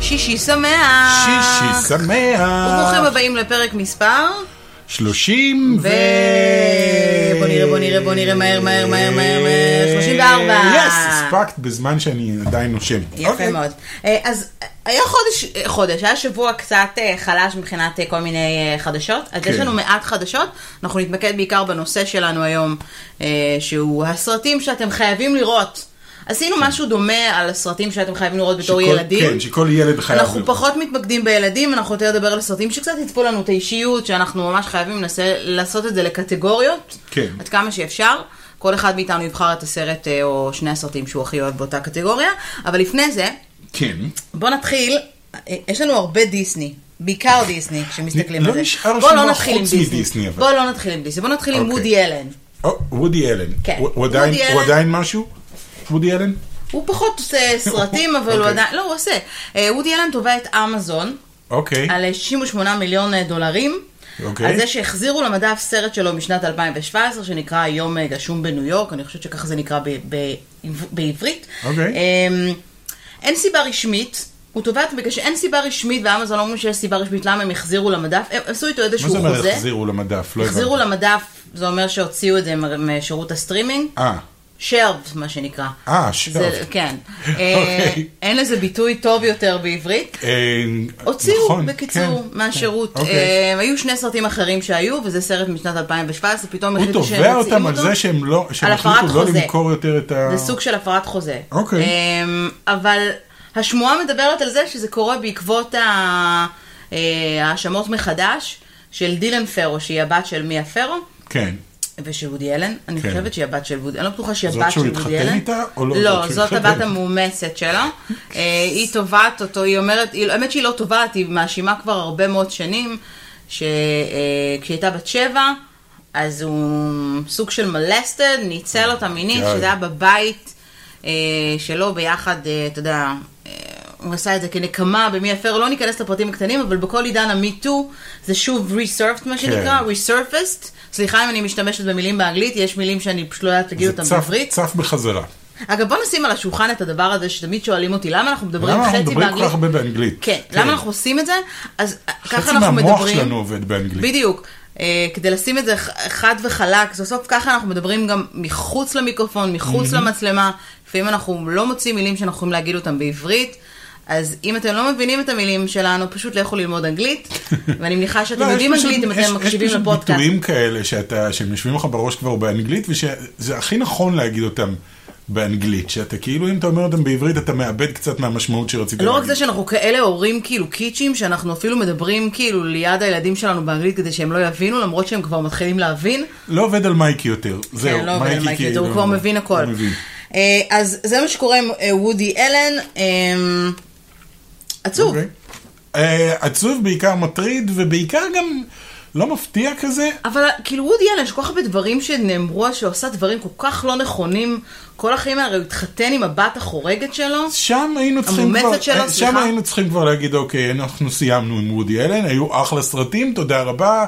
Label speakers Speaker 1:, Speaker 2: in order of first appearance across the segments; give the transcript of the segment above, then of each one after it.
Speaker 1: שישי שמח!
Speaker 2: שישי שמח!
Speaker 1: וברוכים הבאים לפרק מספר.
Speaker 2: שלושים ו...
Speaker 1: ו... בוא נראה, בוא נראה, בוא נראה, מהר, מהר, מהר, מהר, מהר, 34.
Speaker 2: יס, הספקת בזמן שאני עדיין נושם.
Speaker 1: יפה
Speaker 2: אוקיי.
Speaker 1: מאוד. אה, אז היה חודש, אה, חודש, היה שבוע קצת אה, חלש מבחינת אה, כל מיני אה, חדשות, אז
Speaker 2: כן.
Speaker 1: יש לנו מעט חדשות, אנחנו נתמקד בעיקר בנושא שלנו היום, אה, שהוא הסרטים שאתם חייבים לראות. עשינו משהו דומה על הסרטים שאתם חייבים לראות בתור
Speaker 2: כן. שכל-
Speaker 1: ילדים.
Speaker 2: כן, שכל ילד חייב.
Speaker 1: אנחנו
Speaker 2: לראות.
Speaker 1: פחות מתמקדים בילדים, אנחנו יותר נדבר על סרטים שקצת יצפו לנו את האישיות, שאנחנו ממש חייבים לנסה לעשות את זה לקטגוריות,
Speaker 2: כן.
Speaker 1: עד כמה שאפשר. כל אחד מאיתנו יבחר את הסרט אה, או שני הסרטים שהוא הכי אוהב באותה קטגוריה, אבל לפני זה,
Speaker 2: כן.
Speaker 1: בוא נתחיל, אה, יש לנו הרבה דיסני. בעיקר דיסני, כשמסתכלים
Speaker 2: לא
Speaker 1: על זה.
Speaker 2: נשאר
Speaker 1: בוא
Speaker 2: שום
Speaker 1: לא נתחיל עם
Speaker 2: חוץ מדיסני,
Speaker 1: דיסני.
Speaker 2: אבל.
Speaker 1: בוא לא נתחיל עם דיסני, בוא נתחיל עם
Speaker 2: אוקיי.
Speaker 1: וודי אלן.
Speaker 2: או, וודי אלן.
Speaker 1: כן.
Speaker 2: הוא- הוא עדיין-
Speaker 1: וודי
Speaker 2: הוא
Speaker 1: אלן.
Speaker 2: עדיין משהו? וודי אלן?
Speaker 1: הוא פחות עושה סרטים, אבל הוא
Speaker 2: אוקיי.
Speaker 1: עדיין, לא, הוא עושה. אה, וודי אלן תובע את אמזון,
Speaker 2: אוקיי.
Speaker 1: על 68 מיליון אה, דולרים.
Speaker 2: אוקיי.
Speaker 1: על זה שהחזירו למדף סרט שלו משנת 2017, שנקרא יום אה, גשום בניו יורק, אני חושבת שככה זה נקרא ב- ב- בעברית.
Speaker 2: אוקיי.
Speaker 1: אמ, אין סיבה רשמית. הוא תובע את בגלל שאין סיבה רשמית, ואמזון לא אומרים שיש סיבה רשמית למה הם החזירו למדף, הם עשו איתו
Speaker 2: מה
Speaker 1: איזשהו
Speaker 2: זאת
Speaker 1: חוזה.
Speaker 2: אומרת החזירו למדף? לא
Speaker 1: החזירו
Speaker 2: הבנתי.
Speaker 1: למדף, זה אומר שהוציאו את זה מ- משירות הסטרימינג.
Speaker 2: אה,
Speaker 1: שרבד, מה שנקרא.
Speaker 2: אה,
Speaker 1: זה,
Speaker 2: שרבד.
Speaker 1: כן. אה,
Speaker 2: אוקיי.
Speaker 1: אין לזה ביטוי טוב יותר בעברית.
Speaker 2: אה,
Speaker 1: הוציאו,
Speaker 2: נכון,
Speaker 1: בקיצור,
Speaker 2: כן,
Speaker 1: מהשירות.
Speaker 2: כן, אוקיי.
Speaker 1: אה, היו שני סרטים אחרים שהיו, וזה סרט משנת 2017, פתאום
Speaker 2: הוא
Speaker 1: החליטו שהם
Speaker 2: תובע
Speaker 1: מוציאים אותו.
Speaker 2: אותם על זה שהם לא, שהם
Speaker 1: על הפרת
Speaker 2: החליטו לא
Speaker 1: חוזה.
Speaker 2: למכור יותר את ה...
Speaker 1: זה סוג של הפרת חוזה.
Speaker 2: אוקיי.
Speaker 1: אמ, אבל השמועה מדברת על זה שזה קורה בעקבות ה- אה, ההאשמות מחדש של דילן פרו, שהיא הבת של מיה פרו.
Speaker 2: כן.
Speaker 1: ושל וודי אלן, אני
Speaker 2: כן.
Speaker 1: חושבת שהיא הבת של וודי, אני לא בטוחה שהיא
Speaker 2: זאת
Speaker 1: הבת של
Speaker 2: שהוא
Speaker 1: וודי אלן.
Speaker 2: התחתן איתה, או לא זאת
Speaker 1: לא,
Speaker 2: שהוא
Speaker 1: זאת
Speaker 2: התחתן?
Speaker 1: הבת המאומצת שלו. אה, היא תובעת אותו, היא אומרת, היא- האמת שהיא לא תובעת, היא מאשימה כבר הרבה מאוד שנים, שכשהיא הייתה בת שבע, אז הוא סוג של מלסטד, ניצל אותה מינית,
Speaker 2: די.
Speaker 1: שזה היה בבית אה, שלו ביחד, אה, אתה יודע, אה, הוא עשה את זה כנקמה במי הפר, לא ניכנס לפרטים הקטנים, אבל בכל עידן המיטו זה שוב resurfed
Speaker 2: כן.
Speaker 1: מה שנקרא, resurfaced. סליחה אם אני משתמשת במילים באנגלית, יש מילים שאני פשוט לא יודעת להגיד
Speaker 2: זה
Speaker 1: אותן
Speaker 2: צף-
Speaker 1: בעברית.
Speaker 2: צף בחזרה.
Speaker 1: אגב, בוא נשים על השולחן את הדבר הזה שתמיד שואלים אותי, למה אנחנו מדברים
Speaker 2: למה אנחנו
Speaker 1: חצי
Speaker 2: מדברים כל
Speaker 1: באנגלית?
Speaker 2: כך הרבה באנגלית?
Speaker 1: כן,
Speaker 2: כן.
Speaker 1: למה אנחנו עושים את זה? אז ככה
Speaker 2: חצי
Speaker 1: אנחנו מדברים...
Speaker 2: מהמוח שלנו עובד באנגלית.
Speaker 1: בדיוק. אה, כדי לשים את זה ח- חד וחלק, זה בסוף ככה אנחנו מדברים גם מחוץ למיקרופון, מחוץ למצלמה. לפעמים אנחנו לא מוצאים מילים שאנחנו יכולים להגיד אותן בעברית. אז אם אתם לא מבינים את המילים שלנו, פשוט לכו ללמוד אנגלית. ואני מניחה שאתם
Speaker 2: לא, יש
Speaker 1: יודעים
Speaker 2: פשוט-
Speaker 1: אנגלית אם
Speaker 2: יש-
Speaker 1: אתם מקשיבים
Speaker 2: יש פשוט
Speaker 1: לפודקאסט.
Speaker 2: ביטויים כאלה שאתה, שהם יושבים לך בראש כבר באנגלית, ושזה הכי נכון להגיד אותם באנגלית, שאתה כאילו אם אתה אומר אותם בעברית אתה מאבד קצת מהמשמעות שרצית
Speaker 1: לא
Speaker 2: להגיד.
Speaker 1: רק זה שאנחנו כאלה הורים כאילו קיצ'ים, שאנחנו אפילו מדברים כאילו ליד הילדים שלנו באנגלית כדי שהם לא יבינו, למרות שהם כבר מתחילים להבין.
Speaker 2: לא עובד על מייקי יותר, זהו,
Speaker 1: כן, לא עובד על מייקי, הוא כבר מבין הכל.
Speaker 2: הוא לא מבין.
Speaker 1: אה, אז זה מה שקורה עם אה, וודי אלן. אה, עצוב.
Speaker 2: אוקיי. אה, עצוב, בעיקר מטריד, ובעיקר גם לא מפתיע כזה.
Speaker 1: אבל כאילו וודי אלן, יש כל כך הרבה דברים שנאמרו, שעושה דברים כל כך לא נכונים. כל החיים האלה, הרי הוא התחתן עם הבת החורגת שלו.
Speaker 2: שם היינו צריכים
Speaker 1: המאומצת
Speaker 2: כבר,
Speaker 1: שלו,
Speaker 2: אה, שם
Speaker 1: סליחה.
Speaker 2: היינו צריכים כבר להגיד, אוקיי, אנחנו סיימנו עם וודי אלן, היו אחלה סרטים, תודה רבה,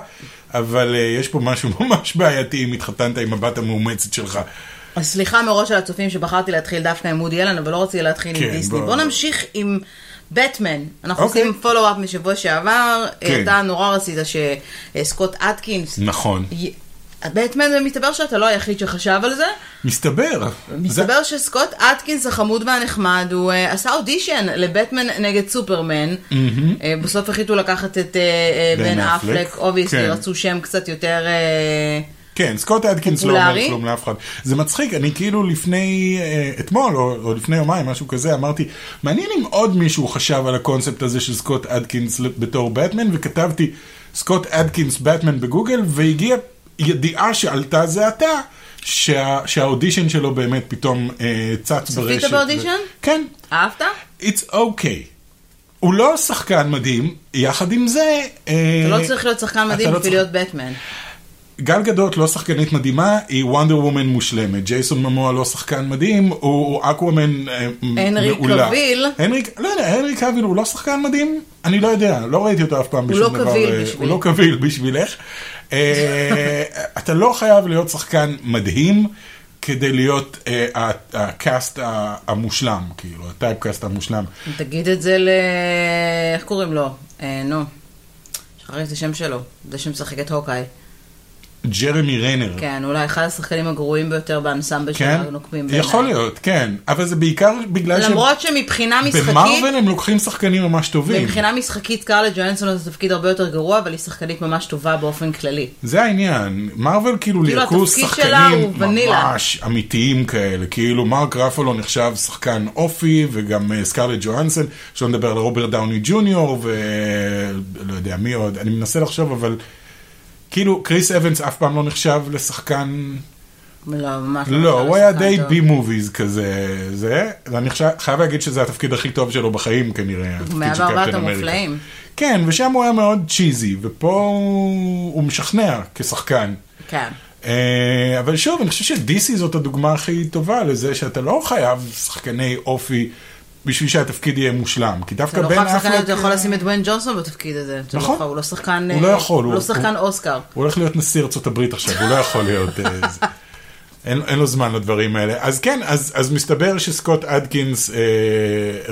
Speaker 2: אבל אה, יש פה משהו ממש בעייתי אם התחתנת עם הבת המאומצת שלך.
Speaker 1: אז סליחה מראש על הצופים שבחרתי להתחיל דווקא עם וודי אלן, אבל לא רציתי להתחיל
Speaker 2: כן,
Speaker 1: עם דיסני.
Speaker 2: בוא-
Speaker 1: בואו נמשיך עם בטמן. אנחנו
Speaker 2: אוקיי.
Speaker 1: עושים פולו-אפ משבוע שעבר.
Speaker 2: כן.
Speaker 1: אתה נורא רצית שסקוט אטקינס...
Speaker 2: נכון.
Speaker 1: י- בטמן, ומסתבר שאתה לא היחיד שחשב על זה.
Speaker 2: מסתבר.
Speaker 1: מסתבר שסקוט אטקינס החמוד והנחמד, הוא אה, עשה אודישן לבטמן נגד סופרמן. אה, בסוף החליטו לקחת את אה, אה,
Speaker 2: בן
Speaker 1: בן
Speaker 2: אפלק.
Speaker 1: אפלק, אובייסלי
Speaker 2: כן.
Speaker 1: רצו שם קצת יותר... אה,
Speaker 2: כן, סקוט אדקינס לא אומר
Speaker 1: פופולרי?
Speaker 2: כלום לאף אחד. זה מצחיק, אני כאילו לפני, אה, אתמול או, או לפני יומיים, משהו כזה, אמרתי, מעניין אם עוד מישהו חשב על הקונספט הזה של סקוט אדקינס בתור בטמן, וכתבתי סקוט אדקינס בטמן בגוגל, והגיעה ידיעה שעלתה זה עתה, שה, שהאודישן שלו באמת פתאום אה, צץ ברשת.
Speaker 1: באודישן?
Speaker 2: כן,
Speaker 1: אהבת?
Speaker 2: it's okay. הוא לא שחקן מדהים, יחד עם זה...
Speaker 1: אתה
Speaker 2: אה,
Speaker 1: לא צריך להיות שחקן
Speaker 2: אתה
Speaker 1: מדהים
Speaker 2: לא
Speaker 1: בשביל
Speaker 2: צריך-
Speaker 1: להיות בטמן.
Speaker 2: גל גדות לא שחקנית מדהימה, היא וונדר וומן מושלמת. ג'ייסון ממוע לא שחקן מדהים, הוא- הוא אקוואמן אה, מ-
Speaker 1: הנרי
Speaker 2: מעולה.
Speaker 1: קוויל.
Speaker 2: הנרי לא יודע, הנרי קוויל הוא לא שחקן מדהים? אני לא יודע, לא ראיתי אותו אף פעם בשום
Speaker 1: לא
Speaker 2: דבר.
Speaker 1: קביל
Speaker 2: אה,
Speaker 1: בשבילי.
Speaker 2: הוא לא קביל בשבילך. אה, אתה לא חייב להיות שחקן מדהים כדי להיות אה, ה- הקאסט ה- המושלם, כאילו, הטייפקאסט המושלם.
Speaker 1: תגיד את זה ל... איך קוראים לו? אה, נו. שכחתי את השם שלו. זה שמשחק את הוקאי.
Speaker 2: ג'רמי ריינר.
Speaker 1: כן, אולי אחד השחקנים הגרועים ביותר באנסמבל
Speaker 2: כן?
Speaker 1: שלנו נוקמים בעיניי.
Speaker 2: יכול להיות, כן. אבל זה בעיקר בגלל ש...
Speaker 1: למרות שמבחינה משחקית,
Speaker 2: במרוויל הם לוקחים שחקנים ממש טובים.
Speaker 1: מבחינה משחקית סקארלט ג'ואנסון זה תפקיד הרבה יותר גרוע, אבל היא שחקנית ממש טובה באופן כללי.
Speaker 2: זה העניין, מרוויל כאילו
Speaker 1: כאילו,
Speaker 2: לירקו
Speaker 1: התפקיד שלה
Speaker 2: שחקנים
Speaker 1: הוא ונילה.
Speaker 2: ממש אמיתיים כאלה, כאילו מרק רפלו נחשב שחקן אופי וגם אה, סקרלט ג'והנסן, שלא נדבר על רוברט דאוני ג'וניור ולא יודע מי עוד, אני מנסה לחשוב אבל כאילו קריס אבנס אף פעם לא נחשב לשחקן,
Speaker 1: לא, ממש
Speaker 2: לא,
Speaker 1: נחשב
Speaker 2: הוא היה
Speaker 1: לשחקן
Speaker 2: די
Speaker 1: טוב.
Speaker 2: בי מוביז כזה, זה, ואני חשב- חייב להגיד שזה התפקיד הכי טוב שלו בחיים כנראה,
Speaker 1: הוא
Speaker 2: התפקיד של
Speaker 1: מהברברת
Speaker 2: קפטן אמריקה.
Speaker 1: המופלאים.
Speaker 2: כן, ושם הוא היה מאוד צ'יזי, ופה הוא, הוא משכנע כשחקן.
Speaker 1: כן.
Speaker 2: אה, אבל שוב, אני חושב שדיסי זאת הדוגמה הכי טובה לזה שאתה לא חייב שחקני אופי בשביל שהתפקיד יהיה מושלם. כי
Speaker 1: אתה
Speaker 2: דווקא
Speaker 1: לא
Speaker 2: בן
Speaker 1: חייב שחקן,
Speaker 2: אפלק אה,
Speaker 1: אתה יכול לשים את וויין ג'ונסון בתפקיד הזה. אתה לא
Speaker 2: נכון.
Speaker 1: חייב, הוא לא שחקן...
Speaker 2: הוא לא
Speaker 1: אה,
Speaker 2: יכול,
Speaker 1: הוא
Speaker 2: הוא-
Speaker 1: לא שחקן אוסקר.
Speaker 2: הוא הולך להיות נשיא ארצות הברית עכשיו, הוא לא יכול להיות... אה, זה. אין, אין לו זמן לדברים האלה. אז כן, אז, אז מסתבר שסקוט אדקינס אה,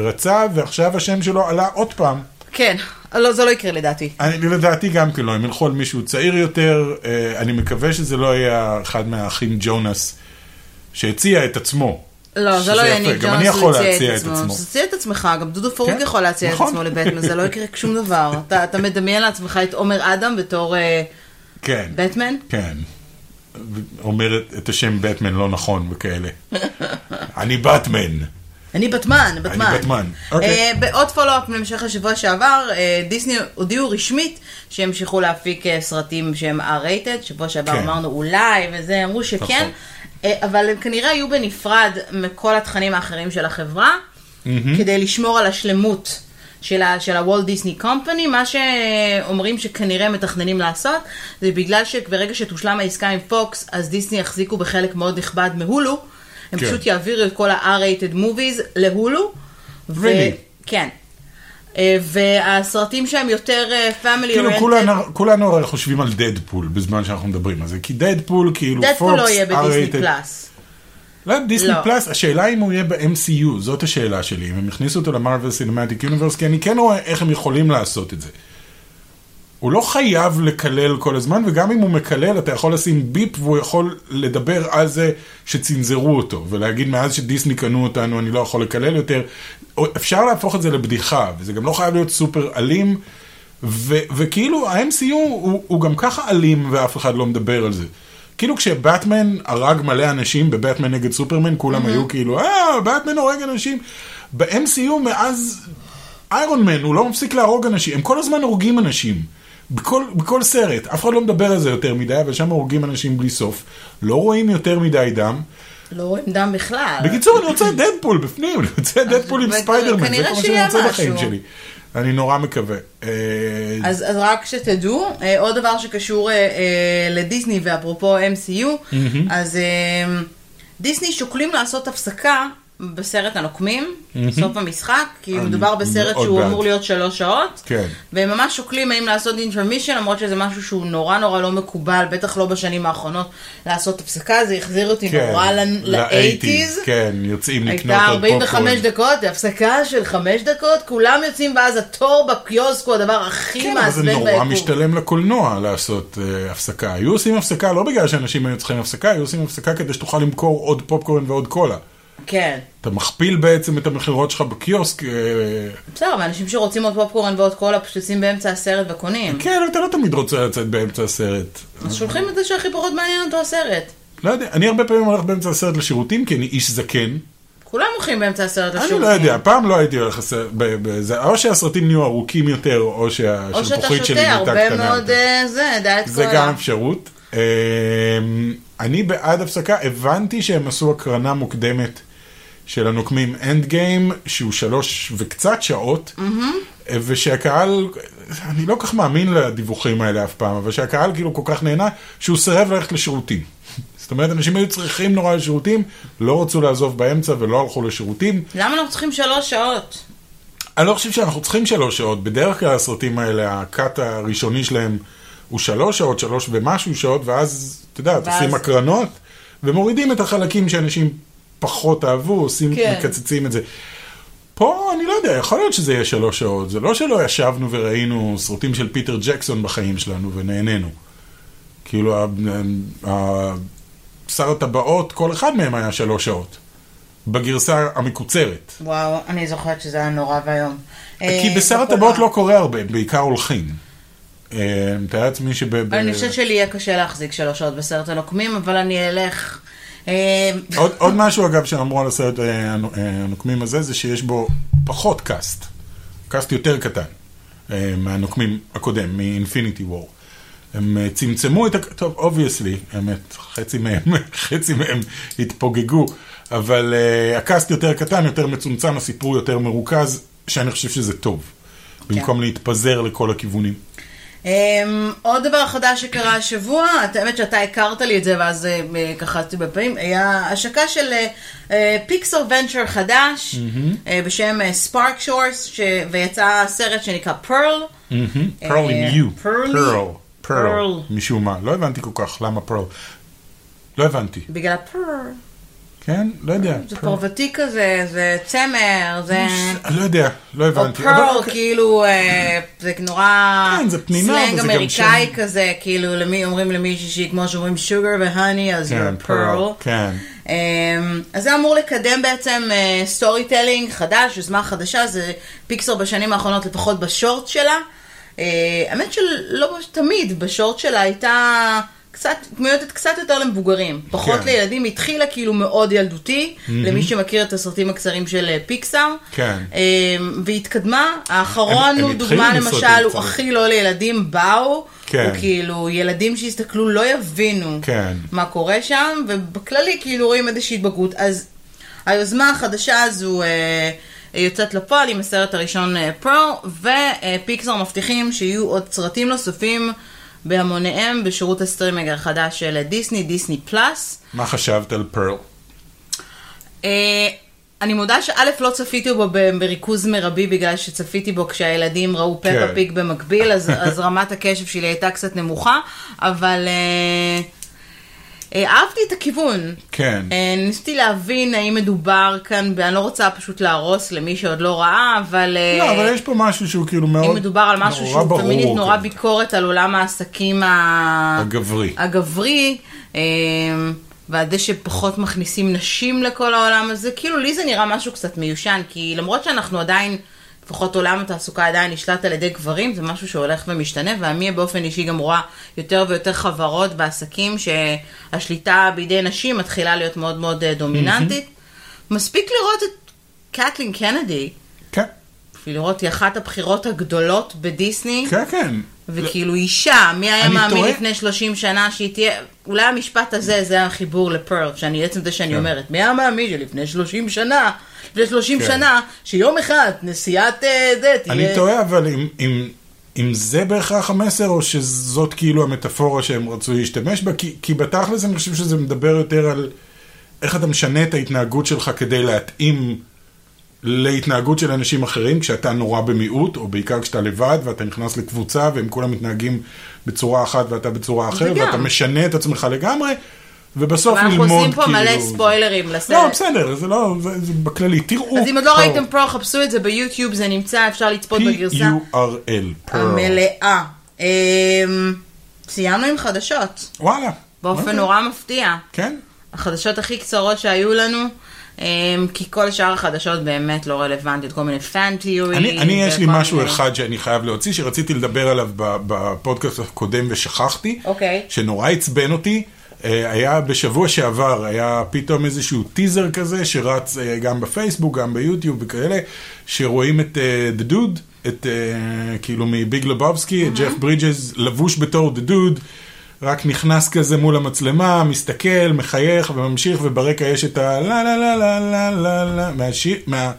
Speaker 2: רצה, ועכשיו השם שלו עלה עוד פעם.
Speaker 1: כן. לא, זה לא יקרה לדעתי.
Speaker 2: אני לדעתי גם כן לא, הם ילכו על מישהו צעיר יותר, אה, אני מקווה שזה לא יהיה אחד מהאחים ג'ונס שהציע את עצמו.
Speaker 1: לא, זה
Speaker 2: שזה
Speaker 1: לא יהיה
Speaker 2: יפה,
Speaker 1: ניק
Speaker 2: גם
Speaker 1: ג'ונס
Speaker 2: אני יכול
Speaker 1: להציע
Speaker 2: להציע
Speaker 1: את עצמו. תציע את עצמך, גם דודו פרוק
Speaker 2: כן,
Speaker 1: יכול להציע את
Speaker 2: נכון.
Speaker 1: עצמו לבטמן, זה לא יקרה שום דבר. אתה- אתה מדמיין לעצמך את עומר אדם בתור אה,
Speaker 2: כן,
Speaker 1: בטמן?
Speaker 2: כן. אומרת את השם בטמן לא נכון וכאלה. אני בטמן.
Speaker 1: אני בטמן, בטמן.
Speaker 2: אני בטמן, אוקיי.
Speaker 1: אה, בעוד פולו-אפ להמשך השבוע שעבר, אה, דיסני הודיעו רשמית שימשיכו להפיק אה, סרטים שהם R-rated, שבוע שעבר
Speaker 2: כן.
Speaker 1: אמרנו אולי וזה, אמרו שכן,
Speaker 2: נכון.
Speaker 1: אה, אבל הם כנראה יהיו בנפרד מכל התכנים האחרים של החברה, כדי לשמור על השלמות. של ה- של הוולט דיסני קומפני, מה שאומרים שכנראה מתכננים לעשות, זה בגלל שברגע שתושלם העסקה עם פוקס, אז דיסני יחזיקו בחלק מאוד נכבד מהולו, הם
Speaker 2: כן.
Speaker 1: פשוט יעבירו את כל ה-R-rated movies להולו. ו-
Speaker 2: Really?
Speaker 1: כן. אה, והסרטים שהם יותר אה, family
Speaker 2: כאילו
Speaker 1: oriented,
Speaker 2: כולנו- כולנו הרי חושבים על דדפול בזמן שאנחנו מדברים על זה, כי דדפול כאילו
Speaker 1: דדפול לא
Speaker 2: Fox,
Speaker 1: יהיה בדיסני
Speaker 2: R-rated.
Speaker 1: פלאס.
Speaker 2: לא, דיסני
Speaker 1: לא.
Speaker 2: פלאס, השאלה אם הוא יהיה ב-MCU, זאת השאלה שלי, אם הם הכניסו אותו למרוויל סינמטיק יוניברס, כי אני כן רואה איך הם יכולים לעשות את זה. הוא לא חייב לקלל כל הזמן, וגם אם הוא מקלל, אתה יכול לשים ביפ והוא יכול לדבר על זה שצנזרו אותו, ולהגיד מאז שדיסני קנו אותנו אני לא יכול לקלל יותר. או- אפשר להפוך את זה לבדיחה, וזה גם לא חייב להיות סופר אלים, ו- וכאילו ה-MCU הוא, הוא גם ככה אלים ואף אחד לא מדבר על זה. כאילו כשבטמן הרג מלא אנשים בבטמן נגד סופרמן, כולם היו כאילו, אה, בטמן הורג אנשים. ב-MCU מאז איירון מן הוא לא מפסיק להרוג אנשים, הם כל הזמן הורגים אנשים. בכל, בכל סרט, אף אחד לא מדבר על זה יותר מדי, אבל שם הורגים אנשים בלי סוף. לא רואים יותר מדי דם.
Speaker 1: לא רואים דם בכלל.
Speaker 2: בקיצור, אני רוצה את דדפול בפנים, אני רוצה את דדפול עם
Speaker 1: וכנראה
Speaker 2: ספיידרמן, זה כל מה שאני
Speaker 1: שיהיה
Speaker 2: רוצה בחיים
Speaker 1: משהו.
Speaker 2: שלי. אני נורא מקווה. אה,
Speaker 1: אז, אז רק שתדעו, אה, עוד דבר שקשור אה, אה, לדיסני, ואפרופו MCU, אז אה, דיסני שוקלים לעשות הפסקה בסרט הנוקמים, סוף המשחק, כי
Speaker 2: אני
Speaker 1: מדובר בסרט
Speaker 2: מאוד
Speaker 1: שהוא
Speaker 2: בעד.
Speaker 1: אמור להיות שלוש שעות,
Speaker 2: כן.
Speaker 1: והם ממש שוקלים האם לעשות אינטרמישן, למרות שזה משהו שהוא נורא נורא לא מקובל, בטח לא בשנים האחרונות, לעשות הפסקה, זה החזיר אותי
Speaker 2: כן,
Speaker 1: נורא
Speaker 2: ל-eighties,
Speaker 1: ל-80's.
Speaker 2: כן, יוצאים לקנות
Speaker 1: הייתה
Speaker 2: עוד פופקורן.
Speaker 1: 45 דקות, הפסקה של 5 דקות, כולם יוצאים ואז התור בקיוסק הוא הדבר הכי
Speaker 2: כן, אבל זה
Speaker 1: מעצבן ביקום.
Speaker 2: נורא משתלם לקולנוע לעשות אה, הפסקה. היו עושים הפסקה לא בגלל שאנשים היו צריכים הפסקה, היו עושים הפסקה כדי שתוכל למכור עוד פופקורן ועוד קולה.
Speaker 1: כן.
Speaker 2: אתה מכפיל בעצם את המכירות שלך בקיוסק. אה,
Speaker 1: בסדר, אבל אנשים שרוצים עוד פופקורן ועוד קולה פשוט יוצאים באמצע הסרט וקונים.
Speaker 2: כן, אתה לא תמיד רוצה לצאת באמצע הסרט.
Speaker 1: אז שולחים את זה שהכי פחות מעניין אותו הסרט.
Speaker 2: לא יודע, אני הרבה פעמים הולך באמצע הסרט לשירותים, כי אני איש זקן.
Speaker 1: כולם הולכים באמצע הסרט
Speaker 2: אני לא יודע, פעם לא הייתי הולך לסרט, ב- בזה, או שהסרטים נהיו ארוכים יותר, או
Speaker 1: או שאתה
Speaker 2: שהשלפוחית שלי
Speaker 1: שותה
Speaker 2: נהייתה קטנה
Speaker 1: הרבה
Speaker 2: יותר.
Speaker 1: מאוד אה, זה, דיאט קולה.
Speaker 2: זה גם אפשרות. אמ, אני בעד הפסקה, הבנתי שהם עשו הקרנה מוקדמת של הנוקמים אנד גיים, שהוא שלוש וקצת שעות, ושהקהל, אני לא כך מאמין לדיווחים האלה אף פעם, אבל שהקהל כאילו כל כך נהנה, שהוא סירב ללכת לשירותים. זאת אומרת, אנשים היו צריכים נורא לשירותים, לא רצו לעזוב באמצע ולא הלכו לשירותים.
Speaker 1: למה אנחנו צריכים שלוש שעות?
Speaker 2: אני לא חושב שאנחנו צריכים שלוש שעות, בדרך כלל הסרטים האלה, הקאט הראשוני שלהם הוא שלוש שעות, שלוש ומשהו שעות, ואז, אתה יודע,
Speaker 1: ואז-
Speaker 2: עושים הקרנות, ומורידים את החלקים שאנשים פחות אהבו, עושים,
Speaker 1: כן.
Speaker 2: מקצצים את זה. פה, אני לא יודע, יכול להיות שזה יהיה שלוש שעות. זה לא שלא ישבנו וראינו סרטים של פיטר ג'קסון בחיים שלנו ונהנינו. כאילו, ה- ה- שר הטבעות, כל אחד מהם היה שלוש שעות. בגרסה המקוצרת.
Speaker 1: וואו, אני זוכרת שזה היה נורא ואיום.
Speaker 2: כי
Speaker 1: אה,
Speaker 2: בשר
Speaker 1: בקולנוע.
Speaker 2: הטבעות לא קורה הרבה, בעיקר הולכים. אה, מתאר לעצמי שב... ב-
Speaker 1: אני חושבת שלי יהיה קשה להחזיק שלוש שעות בסרט הנוקמים, אבל אני אלך. אה,
Speaker 2: עוד, עוד משהו אגב שאמרו על הסרט אה, הנו- אה, הנוקמים הזה, זה שיש בו פחות קאסט, קאסט יותר קטן אה, מהנוקמים הקודם, מאינפיניטי וור. הם אה, צמצמו את, הק- טוב, אובייסלי, האמת, חצי מהם, חצי מהם התפוגגו, אבל uh, הקאסט יותר קטן, יותר מצומצם, הסיפור יותר מרוכז, שאני חושב שזה טוב,
Speaker 1: כן.
Speaker 2: במקום להתפזר לכל הכיוונים.
Speaker 1: אמ, עוד דבר חדש שקרה השבוע, את- האמת שאתה הכרת לי את זה ואז אה, אה, קחצתי בפנים, היה השקה של אה, פיקסל ונצ'ר חדש אה, בשם ספארק שורס, ויצא סרט שנקרא פרל.
Speaker 2: Mm-hmm.
Speaker 1: אה,
Speaker 2: פרל עם יו.
Speaker 1: פרלי?
Speaker 2: פרל. פרל.
Speaker 1: פרל.
Speaker 2: משום מה. לא הבנתי כל כך למה פרל. לא הבנתי.
Speaker 1: בגלל הפרל,
Speaker 2: כן? לא יודע.
Speaker 1: זה אה.
Speaker 2: פרל.
Speaker 1: פרוותי כזה, זה צמר, זה...
Speaker 2: לא יודע. לא
Speaker 1: או
Speaker 2: הבנתי.
Speaker 1: פרל,
Speaker 2: אבל-
Speaker 1: כאילו, אה, זה נורא
Speaker 2: כן, זה פנינה, אבל
Speaker 1: סלנג
Speaker 2: זה גם
Speaker 1: אמריקאי
Speaker 2: שם.
Speaker 1: כזה, כאילו, למי אומרים למישהי שהיא כמו שאומרים sugar והני, אז
Speaker 2: כן,
Speaker 1: you're pearl.
Speaker 2: כן.
Speaker 1: אמ, אז זה אמור לקדם בעצם סטורי טלינג חדש, יוזמה חדשה, זה פיקסר בשנים האחרונות, לפחות בשורט שלה. אה, האמת שלא תמיד, בשורט שלה הייתה קצת, מיועדת קצת יותר למבוגרים, פחות
Speaker 2: כן.
Speaker 1: לילדים, היא התחילה כאילו מאוד ילדותי, למי שמכיר את הסרטים הקצרים של אה, פיקסאר.
Speaker 2: כן.
Speaker 1: אמ, והיא התקדמה, האחרון
Speaker 2: הם- הם
Speaker 1: הוא
Speaker 2: התחילו
Speaker 1: דוגמה
Speaker 2: מסרטים
Speaker 1: למשל, הוא
Speaker 2: קצרים.
Speaker 1: הכי לא לילדים, באו,
Speaker 2: כן.
Speaker 1: הוא כאילו ילדים שיסתכלו לא יבינו
Speaker 2: כן.
Speaker 1: מה קורה שם, ובכללי כאילו רואים איזושהי התבגרות. אז היוזמה החדשה הזו אה, יוצאת לפועל עם הסרט הראשון אה, פרו, ופיקסר מבטיחים שיהיו עוד סרטים נוספים בהמוניהם בשירות הסטרימינג החדש של דיסני, דיסני פלאס.
Speaker 2: מה חשבת על פרל?
Speaker 1: אה, אני מודה שא' לא צפיתי בו ב- בריכוז מרבי בגלל שצפיתי בו כשהילדים ראו פפה
Speaker 2: כן.
Speaker 1: פיק במקביל, אז, אז רמת הקשב שלי הייתה קצת נמוכה, אבל אה, אה, אהבתי את הכיוון.
Speaker 2: כן.
Speaker 1: אה, ניסיתי להבין האם מדובר כאן, ב- אני לא רוצה פשוט להרוס למי שעוד לא ראה, אבל... אה,
Speaker 2: לא, אבל יש פה משהו שהוא כאילו מאוד...
Speaker 1: אם מדובר על משהו
Speaker 2: נורא
Speaker 1: שהוא תמיד
Speaker 2: ברור,
Speaker 1: נורא
Speaker 2: כן.
Speaker 1: ביקורת על עולם העסקים ה-
Speaker 2: הגברי.
Speaker 1: הגברי, אמ, ועל זה שפחות מכניסים נשים לכל העולם הזה, כאילו לי זה נראה משהו קצת מיושן, כי למרות שאנחנו עדיין, לפחות עולם התעסוקה עדיין נשלט על ידי גברים, זה משהו שהולך ומשתנה, ואני באופן אישי גם רואה יותר ויותר חברות ועסקים שהשליטה בידי נשים מתחילה להיות מאוד מאוד אה, דומיננטית. מספיק לראות את קטלין קנדי.
Speaker 2: כן,
Speaker 1: בשביל לראות, היא אחת הבחירות הגדולות בדיסני,
Speaker 2: כן, כן.
Speaker 1: וכאילו אישה, מי היה
Speaker 2: אני
Speaker 1: מאמין
Speaker 2: טועה?
Speaker 1: לפני 30 שנה שהיא תהיה, אולי המשפט הזה, זה החיבור לפרל, שאני, עצם זה
Speaker 2: כן.
Speaker 1: שאני אומרת, מי היה מאמין שלפני 30 שנה, לפני 30
Speaker 2: כן.
Speaker 1: שנה, שיום אחד נשיאת אה, זה תהיה...
Speaker 2: אני תוהה אבל אם- אם... אם זה בהכרח המסר, או שזאת כאילו המטאפורה שהם רצו להשתמש בה, כי, כי בתכלס אני חושב שזה מדבר יותר על איך אתה משנה את ההתנהגות שלך כדי להתאים להתנהגות של אנשים אחרים, כשאתה נורא במיעוט, או בעיקר כשאתה לבד, ואתה נכנס לקבוצה, והם כולם מתנהגים בצורה אחת ואתה בצורה אחרת,
Speaker 1: וגם-
Speaker 2: ואתה משנה את עצמך לגמרי, ובסוף
Speaker 1: אבל
Speaker 2: ללמוד
Speaker 1: אנחנו
Speaker 2: כאילו...
Speaker 1: עושים פה מלא
Speaker 2: זה-
Speaker 1: ספוילרים
Speaker 2: לא,
Speaker 1: לסרט.
Speaker 2: בסדר, זה לא, זה, זה בכללי, תראו.
Speaker 1: אז אם עוד לא
Speaker 2: פה.
Speaker 1: ראיתם פרל, חפשו את זה ביוטיוב, זה נמצא, אפשר לצפות בגרסה
Speaker 2: P-U-R-L, פרל.
Speaker 1: המלאה. אמ, סיימנו עם חדשות,
Speaker 2: וואלה.
Speaker 1: באופן
Speaker 2: אוקיי.
Speaker 1: נורא מפתיע.
Speaker 2: כן?
Speaker 1: החדשות הכי קצרות שהיו לנו, אמ, כי כל שאר החדשות באמת לא רלוונטיות, כל מיני פאן תיאורי.
Speaker 2: אני, אני יש לי משהו אחד שאני חייב להוציא, שרציתי לדבר עליו ב- בפודקאסט הקודם ושכחתי,
Speaker 1: אוקיי.
Speaker 2: שנורא עצבן אותי. אה, היה בשבוע שעבר, היה פתאום איזשהו טיזר כזה, שרץ אה, גם בפייסבוק, גם ביוטיוב וכאלה, שרואים את אה, The Dude, את אה, כאילו מביג לבובסקי, את ג'ף ברידג'ס, לבוש בתור The Dude. רק נכנס כזה מול המצלמה, מסתכל, מחייך וממשיך, וברקע יש את ה... לה לה לה לה לה לה לה מהשיר, מה...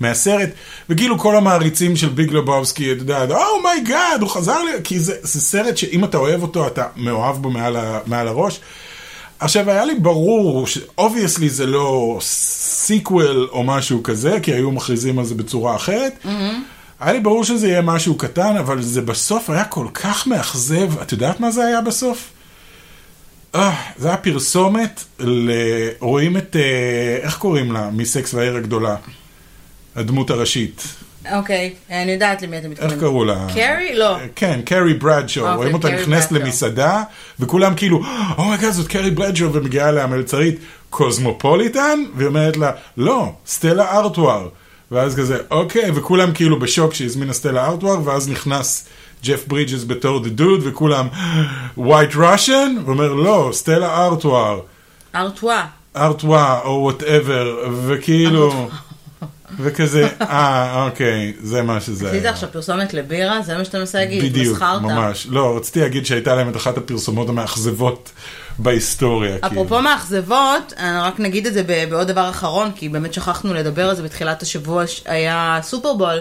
Speaker 2: מהסרט, וכאילו כל המעריצים של ביג לבובסקי, אתה יודע, אומייגאד, הוא חזר לי, כי זה, זה סרט שאם אתה אוהב אותו, אתה מאוהב בו מעל, ה, מעל הראש. עכשיו, היה לי ברור, שאובייסלי זה לא סיקוול או משהו כזה, כי היו מכריזים על זה בצורה אחרת. היה לי ברור שזה יהיה משהו קטן, אבל זה בסוף היה כל כך מאכזב. את יודעת מה זה היה בסוף? אה, זה היה פרסומת, ל... רואים את, אה, איך קוראים לה? מסקס והעיר הגדולה. הדמות הראשית.
Speaker 1: אוקיי, אני יודעת למי אתה מתכוון.
Speaker 2: איך קראו לה?
Speaker 1: קרי? לא.
Speaker 2: כן, קרי ברדשו,
Speaker 1: אוקיי,
Speaker 2: רואים אותה
Speaker 1: קרי
Speaker 2: נכנסת
Speaker 1: ברדשו.
Speaker 2: למסעדה, וכולם כאילו, אומייגאד, זאת קרי ברדשו, ומגיעה אליה המלצרית קוזמופוליטן, והיא אומרת לה, לא, סטלה ארטואר. ואז כזה, אוקיי, וכולם כאילו בשוק שהזמינה סטלה ארטואר, ואז נכנס ג'ף ברידג'ס בתור דה דוד, וכולם, white Russian? ואומר, לא, סטלה ארטואר, אה,
Speaker 1: ארטואה.
Speaker 2: ארטואה, או וואטאבר, וכאילו... וכזה, אה, אוקיי, זה מה שזה
Speaker 1: עשית עכשיו פרסומת לבירה? זה מה שאתה מנסה להגיד?
Speaker 2: בדיוק,
Speaker 1: מסחרת.
Speaker 2: ממש. לא, רציתי להגיד שהייתה להם את אחת הפרסומות המאכזבות בהיסטוריה. כאילו.
Speaker 1: אפרופו מאכזבות, אני רק נגיד את זה ב- בעוד דבר אחרון, כי באמת שכחנו לדבר על זה בתחילת השבוע, ש- היה סופרבול,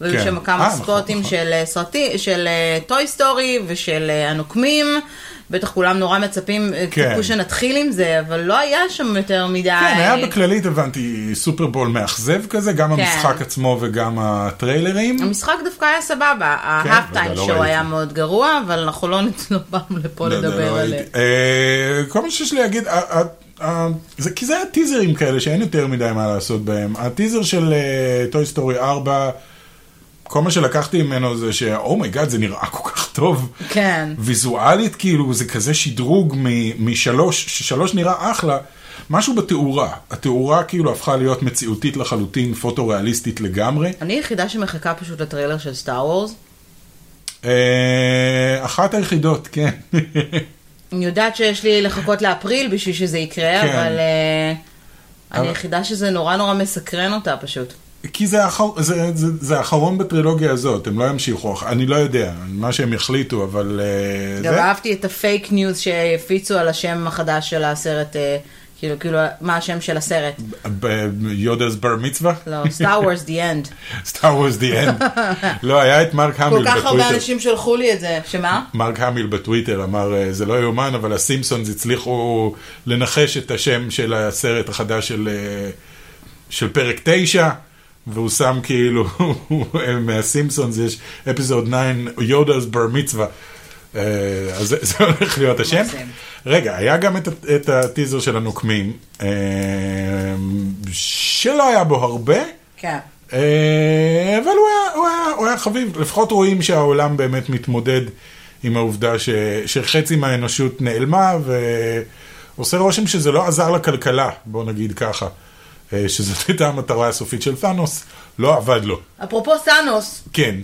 Speaker 1: והיו
Speaker 2: כן.
Speaker 1: שם
Speaker 2: אה,
Speaker 1: כמה
Speaker 2: נכון,
Speaker 1: ספוטים
Speaker 2: נכון.
Speaker 1: של אה, סרטי, של טוי סטורי ושל אה, הנוקמים, בטח כולם נורא מצפים, אה,
Speaker 2: כן.
Speaker 1: ציפו שנתחיל עם זה, אבל לא היה שם יותר מדי.
Speaker 2: כן, היה בכללית, הבנתי, סופרבול מאכזב כזה, גם
Speaker 1: כן.
Speaker 2: המשחק עצמו וגם הטריילרים.
Speaker 1: המשחק דווקא היה סבבה, ההאפטיים
Speaker 2: רגע, כן, לא
Speaker 1: שואו
Speaker 2: ראיתי.
Speaker 1: היה מאוד גרוע, אבל אנחנו לא נצא לפה
Speaker 2: לא יודע,
Speaker 1: לדבר
Speaker 2: לא
Speaker 1: על
Speaker 2: ראיתי. אה, כל מה שיש לי להגיד, אה, אה, אה, זה- כי זה היה טיזרים כאלה שאין יותר מדי מה לעשות בהם. הטיזר של אה, טוי סטורי 4, כל מה שלקחתי ממנו זה שאומייגאד, זה נראה כל כך טוב.
Speaker 1: כן.
Speaker 2: ויזואלית כאילו זה כזה שדרוג מ- משלוש, ששלוש נראה אחלה, משהו בתאורה, התאורה כאילו הפכה להיות מציאותית לחלוטין, פוטו-ריאליסטית לגמרי.
Speaker 1: אני היחידה שמחכה פשוט לטריילר של סטאר וורס.
Speaker 2: אה, אחת היחידות, כן.
Speaker 1: אני יודעת שיש לי לחכות לאפריל בשביל שזה יקרה,
Speaker 2: כן.
Speaker 1: אבל אה, אני
Speaker 2: אבל-
Speaker 1: היחידה שזה נורא נורא מסקרן אותה פשוט.
Speaker 2: כי זה, האחר, זה, זה, זה האחרון בטרילוגיה הזאת, הם לא ימשיכו, אני לא יודע, מה שהם יחליטו, אבל אה,
Speaker 1: גם
Speaker 2: זה...
Speaker 1: אהבתי את הפייק ניוז שהפיצו על השם החדש של הסרט, אה, כאילו, כאילו, מה השם של הסרט?
Speaker 2: יודס בר מצווה?
Speaker 1: לא, סטאר וורס די אנד.
Speaker 2: סטאר וורס די אנד. לא, היה את מרק
Speaker 1: כל
Speaker 2: המיל
Speaker 1: כך הרבה
Speaker 2: בטוויטר.
Speaker 1: אנשים שלחו לי את זה, שמה?
Speaker 2: מרק המיל בטוויטר אמר, "אה, זה לא יאומן, אבל הסימפסונס הצליחו לנחש את השם של הסרט החדש של, אה, של פרק 9, והוא שם כאילו, מהסימפסונס יש אפיזוד 9, יודרס בר מצווה. אה, אז זה, זה הולך להיות השם.
Speaker 1: מקסים.
Speaker 2: רגע, היה גם את, ה- את הטיזר של הנוקמים, אה, שלא היה בו הרבה.
Speaker 1: כן.
Speaker 2: אה, אבל הוא היה, הוא, היה, הוא היה חביב, לפחות רואים שהעולם באמת מתמודד עם העובדה ש, שחצי מהאנושות נעלמה, ועושה רושם שזה לא עזר לכלכלה, בוא נגיד ככה, אה, שזאת הייתה המטרה הסופית של תאנוס, לא עבד לו.
Speaker 1: אפרופו סאנוס,
Speaker 2: כן,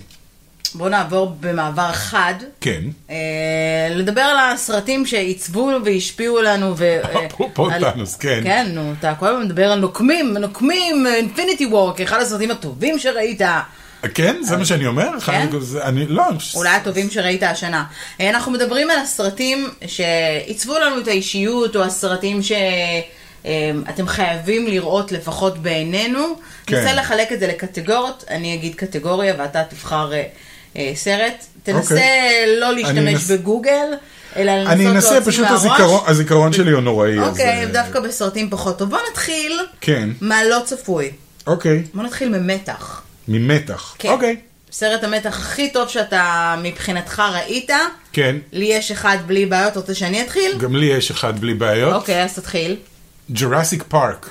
Speaker 1: בואו נעבור במעבר חד.
Speaker 2: כן.
Speaker 1: אה, לדבר על הסרטים שעיצבו והשפיעו לנו. ו- אה,
Speaker 2: אפרופו
Speaker 1: על-
Speaker 2: טאנוס, כן.
Speaker 1: כן, נו, אתה כל הזמן מדבר על נוקמים, נוקמים, אה, אינפיניטי וורק, אחד הסרטים הטובים שראית.
Speaker 2: כן? זה מה שאני אומר?
Speaker 1: כן?
Speaker 2: אני, לא, אני חושב-
Speaker 1: אולי הטובים שראית השנה. אה, אנחנו מדברים על הסרטים שעיצבו לנו את האישיות, או הסרטים ש... אה, אתם חייבים לראות לפחות בעינינו.
Speaker 2: כן.
Speaker 1: ננסה לחלק את זה לקטגוריות, אני אגיד קטגוריה ואתה תבחר אה, אה, סרט. תנסה לא להשתמש
Speaker 2: אוקיי. אנס-
Speaker 1: בגוגל, אלא לנסות
Speaker 2: אני
Speaker 1: להוציא מהראש.
Speaker 2: אנסה, פשוט הזיכרון, הזיכרון שלי הוא נוראי. אז,
Speaker 1: אוקיי,
Speaker 2: אה,
Speaker 1: דווקא בסרטים פחות טוב. בוא נתחיל
Speaker 2: כן,
Speaker 1: מהלא צפוי.
Speaker 2: אוקיי,
Speaker 1: בוא נתחיל ממתח.
Speaker 2: ממתח.
Speaker 1: כן.
Speaker 2: אוקיי,
Speaker 1: סרט המתח הכי טוב שאתה מבחינתך ראית.
Speaker 2: כן.
Speaker 1: לי יש אחד בלי בעיות, אתה רוצה שאני אתחיל?
Speaker 2: גם לי יש אחד בלי בעיות.
Speaker 1: אוקיי, אז תתחיל. אוקיי.
Speaker 2: ג'ורסיק פארק.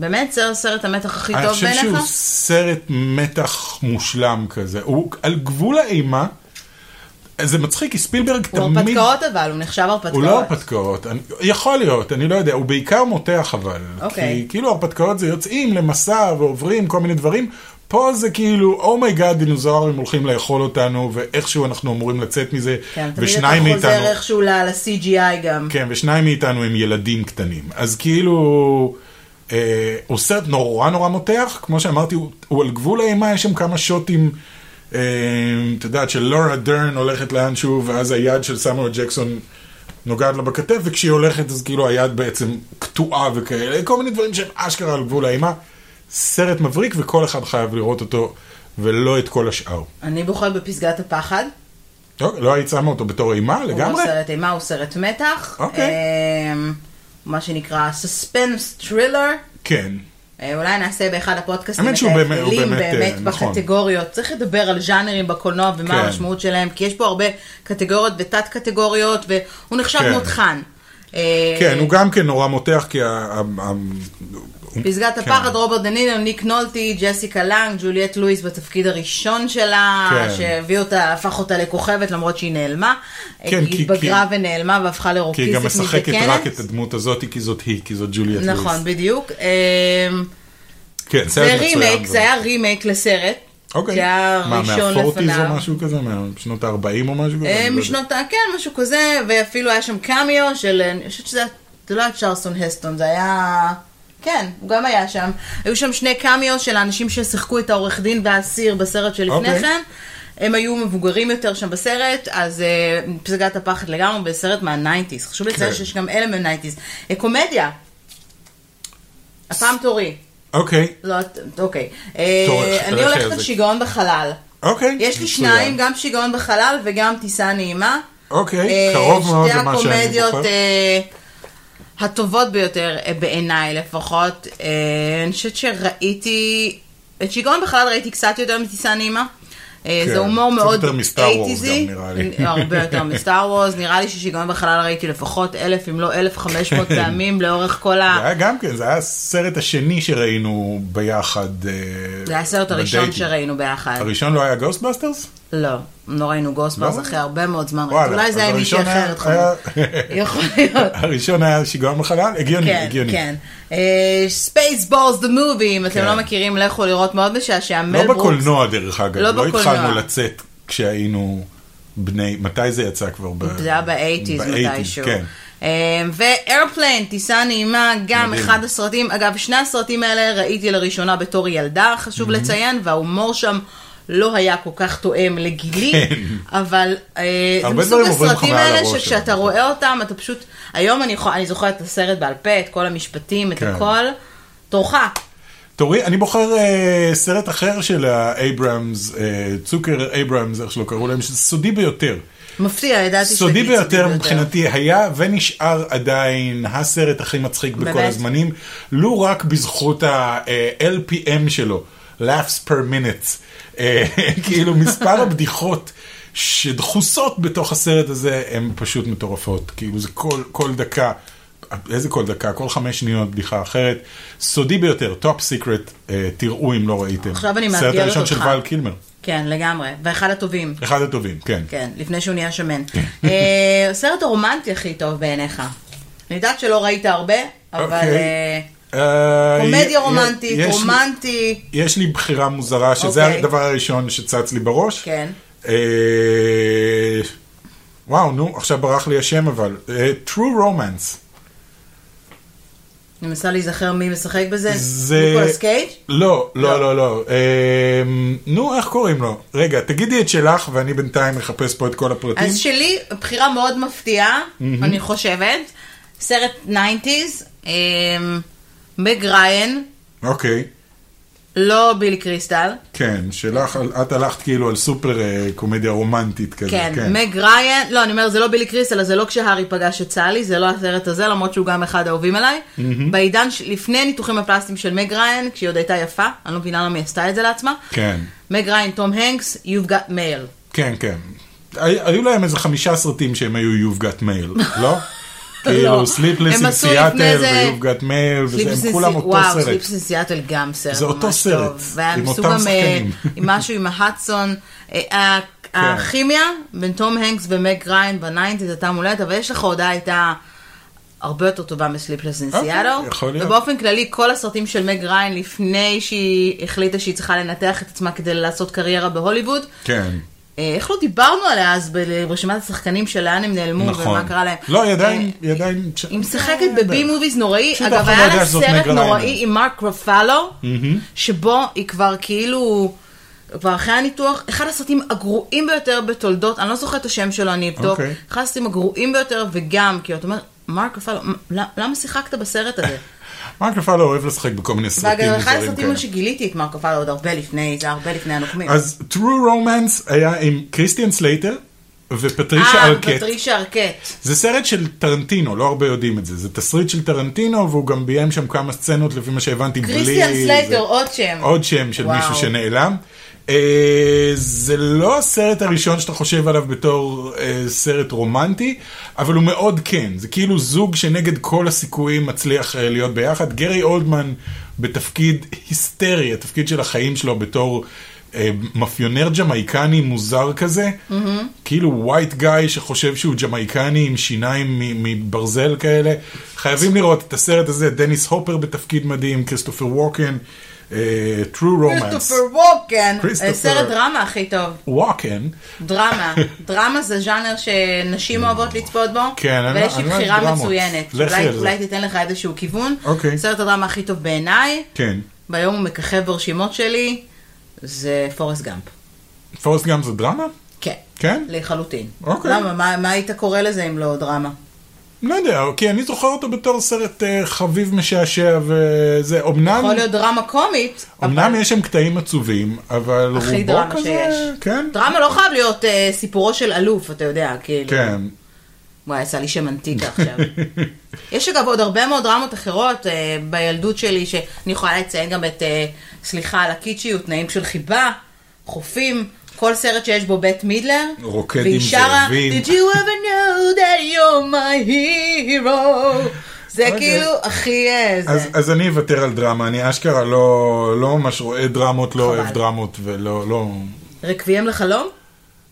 Speaker 1: באמת, סרט, סרט המתח הכי
Speaker 2: אני
Speaker 1: טוב
Speaker 2: חושב שהוא
Speaker 1: בעיניך?
Speaker 2: סרט מתח מושלם כזה. הוא על גבול האימה. זה מצחיק, כי ספילברג
Speaker 1: הוא
Speaker 2: תמיד...
Speaker 1: הרפתקאות אבל, הוא נחשב הרפתקאות.
Speaker 2: הוא לא הרפתקאות, אני, יכול להיות, אני לא יודע, הוא בעיקר מותח אבל.
Speaker 1: אוקיי.
Speaker 2: כי כאילו הרפתקאות זה יוצאים למסע ועוברים כל מיני דברים, פה זה כאילו, אומייגאד, דינוזאורים הולכים לאכול אותנו, ואיכשהו אנחנו אמורים לצאת מזה,
Speaker 1: כן, תמיד אתה
Speaker 2: ושניים מאיתנו...
Speaker 1: חוזר איכשהו ל- ל-CGI גם.
Speaker 2: כן, ושניים מאיתנו הם ילדים קטנים. אז כאילו, אה, הוא סרט נורא נורא מותח, כמו שאמרתי, הוא, הוא על גבול האימה, יש שם כמה שוטים, אה, את יודעת, של לורה דרן הולכת לאנשהו, ואז היד של סמואל ג'קסון נוגעת לה בכתף, וכשהיא הולכת אז כאילו היד בעצם קטועה וכאלה, כל מיני דברים שהם אשכרה על גבול האימה. סרט מבריק, וכל אחד חייב לראות אותו, ולא את כל השאר.
Speaker 1: אני בוחרת בפסגת הפחד.
Speaker 2: טוב, לא היית שמה אותו בתור אימה
Speaker 1: הוא לא
Speaker 2: לגמרי?
Speaker 1: סרט אימה, הוא סרט מתח.
Speaker 2: אוקיי.
Speaker 1: אמ, מה שנקרא suspense thriller.
Speaker 2: כן.
Speaker 1: אה, אולי נעשה באחד הפודקאסטים
Speaker 2: האמת
Speaker 1: את
Speaker 2: שהוא באמת- הוא
Speaker 1: ההבדלים
Speaker 2: באמת, אה,
Speaker 1: באמת
Speaker 2: נכון.
Speaker 1: בקטגוריות. צריך לדבר על ז'אנרים בקולנוע ומה
Speaker 2: כן.
Speaker 1: המשמעות שלהם, כי יש פה הרבה קטגוריות ותת קטגוריות, והוא נחשב
Speaker 2: כן.
Speaker 1: מותחן. אה,
Speaker 2: כן, הוא גם כן נורא מותח, כי ה... ה- ה- הוא-
Speaker 1: פסגת
Speaker 2: כן.
Speaker 1: הפחד, רוברט דנינו, ניק נולטי, ג'סיקה לנג, ג'וליאט לואיס בתפקיד הראשון שלה,
Speaker 2: כן.
Speaker 1: שהביא אותה, הפך אותה לכוכבת למרות שהיא נעלמה.
Speaker 2: כן,
Speaker 1: אה,
Speaker 2: כי-
Speaker 1: היא התבגרה ונעלמה והפכה
Speaker 2: כי היא
Speaker 1: לרוקיסטית
Speaker 2: גם משחקת
Speaker 1: מזדקנת.
Speaker 2: רק את הדמות הזאת, כי זאת היא, כי זאת ג'וליאט לואיס.
Speaker 1: נכון, בדיוק. אמ,
Speaker 2: כן,
Speaker 1: זה
Speaker 2: סרט
Speaker 1: רימייק,
Speaker 2: מצוין.
Speaker 1: זה היה רימייק לסרט.
Speaker 2: אוקיי.
Speaker 1: זה היה
Speaker 2: מה,
Speaker 1: ראשון
Speaker 2: מהפורטיז או
Speaker 1: לפניו.
Speaker 2: משהו כזה? משנות ה-40 או משהו כזה?
Speaker 1: אה,
Speaker 2: אני לא יודע.
Speaker 1: משנות ה... כן, משהו כזה, ואפילו היה שם קמיו של... אה, אני חושבת שזה... זה לא היה צ'רלסון הסטון, זה היה... כן, הוא גם היה שם. היו שם שני קמיו של האנשים ששיחקו את העורך דין והאסיר בסרט שלפני
Speaker 2: אוקיי.
Speaker 1: כן. הם היו מבוגרים יותר שם בסרט, אז אה, פסגת הפחד לגמרי בסרט מהניינטיז. חשוב לציין
Speaker 2: כן.
Speaker 1: שיש גם אלה מהניינטיז. אה, קומדיה. הפעם תורי.
Speaker 2: אוקיי,
Speaker 1: לא, את- אוקיי. אה,
Speaker 2: תורך,
Speaker 1: אני
Speaker 2: תורך
Speaker 1: הולכת על
Speaker 2: איזה-
Speaker 1: שיגעון בחלל.
Speaker 2: אוקיי.
Speaker 1: יש לי
Speaker 2: מצוין.
Speaker 1: שניים, גם שיגעון בחלל וגם טיסה נעימה.
Speaker 2: אוקיי,
Speaker 1: אה,
Speaker 2: קרוב מאוד למה שאני
Speaker 1: שתי הקומדיות
Speaker 2: בוחר.
Speaker 1: אה, הטובות ביותר, אה, בעיניי לפחות. אה, אני חושבת שראיתי, את שיגעון בחלל ראיתי קצת יותר מטיסה נעימה. אה,
Speaker 2: כן,
Speaker 1: זה הומור
Speaker 2: קצת
Speaker 1: מאוד
Speaker 2: יותר מסטאר וורס
Speaker 1: 80s.
Speaker 2: גם, נראה לי.
Speaker 1: אה, הרבה יותר מסטאר וורס, נראה לי ששיגעון בחלל ראיתי לפחות אלף אם לא אלף חמש מאות פעמים לאורך כל ה...
Speaker 2: זה היה גם כן, זה היה הסרט השני שראינו ביחד. אה,
Speaker 1: זה היה הסרט הראשון
Speaker 2: בדייטים.
Speaker 1: שראינו ביחד.
Speaker 2: הראשון לא היה גוסטבאסטרס?
Speaker 1: לא, לא ראינו גוסברס
Speaker 2: לא?
Speaker 1: אחרי הרבה מאוד זמן.
Speaker 2: וואלה,
Speaker 1: אולי זה
Speaker 2: אז
Speaker 1: היה מישהי
Speaker 2: הראשון היה-
Speaker 1: אחרת. חמוד. יכול להיות.
Speaker 2: הראשון היה שיגעון בחלל? הגיוני,
Speaker 1: כן,
Speaker 2: הגיוני.
Speaker 1: כן. ספייס בולס דה מובי, אם אתם
Speaker 2: כן.
Speaker 1: לא מכירים, לכו לראות מאוד משעשע. מל
Speaker 2: לא
Speaker 1: ברוקס.
Speaker 2: בקולנוע דרך אגב,
Speaker 1: לא
Speaker 2: לא
Speaker 1: בקולנוע.
Speaker 2: התחלנו לצאת כשהיינו בני, מתי זה יצא כבר? ב-
Speaker 1: זה היה באייטיז
Speaker 2: ב- 80s,
Speaker 1: מתישהו. אמ,
Speaker 2: כן.
Speaker 1: ואיירפליין, טיסה נעימה, גם
Speaker 2: מדהים.
Speaker 1: אחד הסרטים, אגב, שני הסרטים האלה ראיתי לראשונה בתור ילדה,
Speaker 2: Mm-hmm.
Speaker 1: חשוב לציין, וההומור שם לא היה כל כך תואם לגילי,
Speaker 2: כן.
Speaker 1: אבל אה, זה
Speaker 2: הרבה
Speaker 1: מסוג
Speaker 2: דברים עוברים לך
Speaker 1: הסרטים
Speaker 2: מעל
Speaker 1: האלה
Speaker 2: הראש,
Speaker 1: שכשאתה
Speaker 2: אבל.
Speaker 1: רואה אותם, אתה פשוט, היום אני יכול- אני זוכרת את הסרט בעל פה, את כל המשפטים, את
Speaker 2: כן.
Speaker 1: הכל, תורך.
Speaker 2: תורי, אני בוחר אה, סרט אחר של האייברמס, אה, צוקר אייברמס, איך שלא קראו להם, שזה סודי ביותר.
Speaker 1: מפתיע, ידעתי
Speaker 2: סודי
Speaker 1: שתגיד
Speaker 2: ביותר מבחינתי היה ונשאר עדיין הסרט הכי מצחיק בכל
Speaker 1: באמת?
Speaker 2: הזמנים, לו רק בזכות ה-LPM שלו, Laughs per minute, אה, כאילו מספר הבדיחות. שדחוסות בתוך הסרט הזה הן פשוט מטורפות, כאילו זה כל, כל דקה, איזה כל דקה, כל חמש שניות בדיחה אחרת, סודי ביותר, טופ סיקרט, אה, תראו אם לא ראיתם.
Speaker 1: עכשיו אני
Speaker 2: סרט
Speaker 1: מאתגרת
Speaker 2: הראשון של
Speaker 1: אותך.
Speaker 2: ואל קילמר,
Speaker 1: כן, לגמרי, ואחד הטובים.
Speaker 2: אחד הטובים, כן.
Speaker 1: כן, לפני שהוא נהיה שמן. אה, הסרט הרומנטי הכי טוב בעיניך. אני יודעת שלא ראית הרבה, אבל
Speaker 2: אוקיי.
Speaker 1: אה,
Speaker 2: אה, י- י-
Speaker 1: קומדיה רומנטית,
Speaker 2: יש לי-
Speaker 1: רומנטי,
Speaker 2: יש לי בחירה מוזרה, שזה
Speaker 1: אוקיי.
Speaker 2: הדבר הראשון שצץ לי בראש.
Speaker 1: כן.
Speaker 2: אה, וואו, נו, עכשיו ברח לי השם אבל. אה, True Romance.
Speaker 1: אני מנסה להיזכר מי משחק בזה,
Speaker 2: זה-
Speaker 1: ניקולס קייג'?
Speaker 2: לא,
Speaker 1: לא.
Speaker 2: לא, לא, לא. אה, נו, איך קוראים לו? רגע, תגידי את שלך ואני בינתיים אחפש פה את כל הפרטים.
Speaker 1: אז שלי, בחירה מאוד מפתיעה, אני חושבת, סרט 90's, אה, מג ריין,
Speaker 2: אוקיי,
Speaker 1: לא בילי קריסטל,
Speaker 2: כן, שלך, את הלכת כאילו על סופר אה, קומדיה רומנטית כזה.
Speaker 1: כן, מג ריין, לא, אני אומרת, זה לא בילי קריסטל, אז זה לא כשהארי פגש את סלי, זה לא הסרט הזה, למרות שהוא גם אחד האהובים עליי. בעידן, ש- לפני ניתוחים הפלסטיים של מג ריין, כשהיא עוד הייתה יפה, אני לא מבינה למה היא עשתה את זה לעצמה.
Speaker 2: כן.
Speaker 1: מג ריין, תום הנקס, You've got mail.
Speaker 2: כן, כן. הי- היו להם איזה חמישה סרטים שהם היו You've Got Mail, לא? כאילו,
Speaker 1: לא.
Speaker 2: סליפלס
Speaker 1: הם
Speaker 2: עם
Speaker 1: עשו לפני
Speaker 2: סיאטל
Speaker 1: זה-
Speaker 2: ו-You've Got Mail, וזה,
Speaker 1: סליפס
Speaker 2: הם
Speaker 1: אין
Speaker 2: כולם
Speaker 1: סי-
Speaker 2: אותו
Speaker 1: וואו,
Speaker 2: סרט.
Speaker 1: סליפס אין סיאטל גם סרט.
Speaker 2: זה אותו
Speaker 1: ממש
Speaker 2: סרט,
Speaker 1: טוב. והם
Speaker 2: עם
Speaker 1: עשו
Speaker 2: אותם
Speaker 1: גם, אה,
Speaker 2: שחקנים. כן.
Speaker 1: עם משהו עם ההדסון. אה, ה- הכימיה בין תום הנקס ומק ריין בניינטיז הייתה מולדת, אבל יש לך הודעה הייתה הרבה יותר טובה מסליפלס אין
Speaker 2: אוקיי,
Speaker 1: סיאטל.
Speaker 2: יכול להיות.
Speaker 1: ובאופן כללי, כל הסרטים של מק ריין לפני שהיא החליטה שהיא צריכה לנתח את עצמה כדי לעשות קריירה בהוליווד,
Speaker 2: כן,
Speaker 1: אה, איך לא דיברנו עליה אז ברשימת השחקנים של לאן הם נעלמו
Speaker 2: נכון.
Speaker 1: ומה קרה להם.
Speaker 2: לא, היא
Speaker 1: אה,
Speaker 2: עדיין, היא עדיין... אה,
Speaker 1: היא משחקת בבי מוביז נוראי,
Speaker 2: פשוט
Speaker 1: אגב
Speaker 2: אנחנו
Speaker 1: היה
Speaker 2: נדע
Speaker 1: לה
Speaker 2: שזאת
Speaker 1: סרט
Speaker 2: מגה
Speaker 1: נוראי
Speaker 2: ליינר.
Speaker 1: עם מרק רפאלו, שבו היא כבר כאילו, כבר אחרי הניתוח, אחד הסרטים הגרועים ביותר בתולדות, אני לא זוכרת את השם שלו, אני אבדוק,
Speaker 2: אוקיי.
Speaker 1: אחד הסרטים הגרועים ביותר, וגם, כי אתה אומר, מרק רפאלו, מ- למ- למה שיחקת בסרט הזה?
Speaker 2: מרק רפאלו אוהב לשחק בכל מיני סרטים
Speaker 1: ואגב, אחד
Speaker 2: מוזרים
Speaker 1: הסרטים
Speaker 2: כאילו כאלה.
Speaker 1: שגיליתי את מרק רפאלו עוד הרבה לפני, זה הרבה לפני הנוקמים.
Speaker 2: אז True Romance היה עם קריסטיאן סלייטר ופטרישה
Speaker 1: אה,
Speaker 2: ארקט.
Speaker 1: פטרישה ארקט.
Speaker 2: זה סרט של טרנטינו, לא הרבה יודעים את זה. זה תסריט של טרנטינו, והוא גם ביים שם כמה סצנות, לפי מה שהבנתי, בלי...
Speaker 1: קריסטיאן
Speaker 2: זה.
Speaker 1: סלייטר, עוד שם.
Speaker 2: עוד שם של
Speaker 1: וואו.
Speaker 2: מישהו שנעלם. Uh, אה, זה לא הסרט הראשון שאתה חושב עליו בתור אה, סרט רומנטי, אבל הוא מאוד כן. זה כאילו זוג שנגד כל הסיכויים מצליח אה, להיות ביחד. גרי אולדמן בתפקיד היסטרי, התפקיד של החיים שלו בתור... אה, מאפיונר ג'מייקני מוזר כזה, mm-hmm. כאילו ווייט גאי שחושב שהוא ג'מייקני עם שיניים מ- מברזל כאלה. חייבים לראות את הסרט הזה, דניס הופר בתפקיד מדהים, כריסטופר ווקן, אה, True Romance.
Speaker 1: כריסטופר ווקן,
Speaker 2: כריסטופר-
Speaker 1: סרט דרמה הכי טוב.
Speaker 2: ווקן,
Speaker 1: דרמה. דרמה זה ז'אנר שנשים אוהבות לצפות בו,
Speaker 2: כן, אני לא-
Speaker 1: ויש לי
Speaker 2: אני לא אוהב
Speaker 1: בחירה
Speaker 2: דרמות.
Speaker 1: מצוינת.
Speaker 2: לכי
Speaker 1: אולי-
Speaker 2: על זה.
Speaker 1: אולי תיתן לך איזשהו כיוון.
Speaker 2: אוקיי.
Speaker 1: סרט הדרמה הכי טוב בעיניי,
Speaker 2: כן.
Speaker 1: ביום הוא מככב ברשימות שלי, זה פורסט גאמפ.
Speaker 2: פורסט גאם זה דרמה?
Speaker 1: כן.
Speaker 2: כן?
Speaker 1: לחלוטין.
Speaker 2: אוקיי.
Speaker 1: למה, מה- מה היית קורא לזה אם לא דרמה?
Speaker 2: לא יודע, כי אני זוכר אותו בתור סרט אה, חביב משעשע וזה. אמנם,
Speaker 1: יכול להיות דרמה קומית,
Speaker 2: אמנם
Speaker 1: אבל
Speaker 2: יש שם קטעים עצובים, אבל
Speaker 1: הכי
Speaker 2: רובו
Speaker 1: דרמה
Speaker 2: כזה...
Speaker 1: שיש.
Speaker 2: כן?
Speaker 1: דרמה לא חייב להיות אה, סיפורו של אלוף, אתה יודע, כאילו.
Speaker 2: כן.
Speaker 1: וואי, יצא לי שם אנטיקה עכשיו. יש אגב עוד הרבה מאוד דרמות אחרות אה, בילדות שלי, שאני יכולה לציין גם את, אה, סליחה על הקיצ'יות, תנאים של חיבה, חופים, כל סרט שיש בו בית מידלר.
Speaker 2: רוקד
Speaker 1: והיא
Speaker 2: עם
Speaker 1: שרה,
Speaker 2: זאבים.
Speaker 1: Did you ever know that you're my hero? זה
Speaker 2: אוקיי.
Speaker 1: כאילו הכי אה, זה.
Speaker 2: אז, אז אני אוותר על דרמה, אני אשכרה לא, לא ממש רואה דרמות, לא
Speaker 1: חבל.
Speaker 2: אוהב דרמות ולא... לא...
Speaker 1: רקביים לחלום?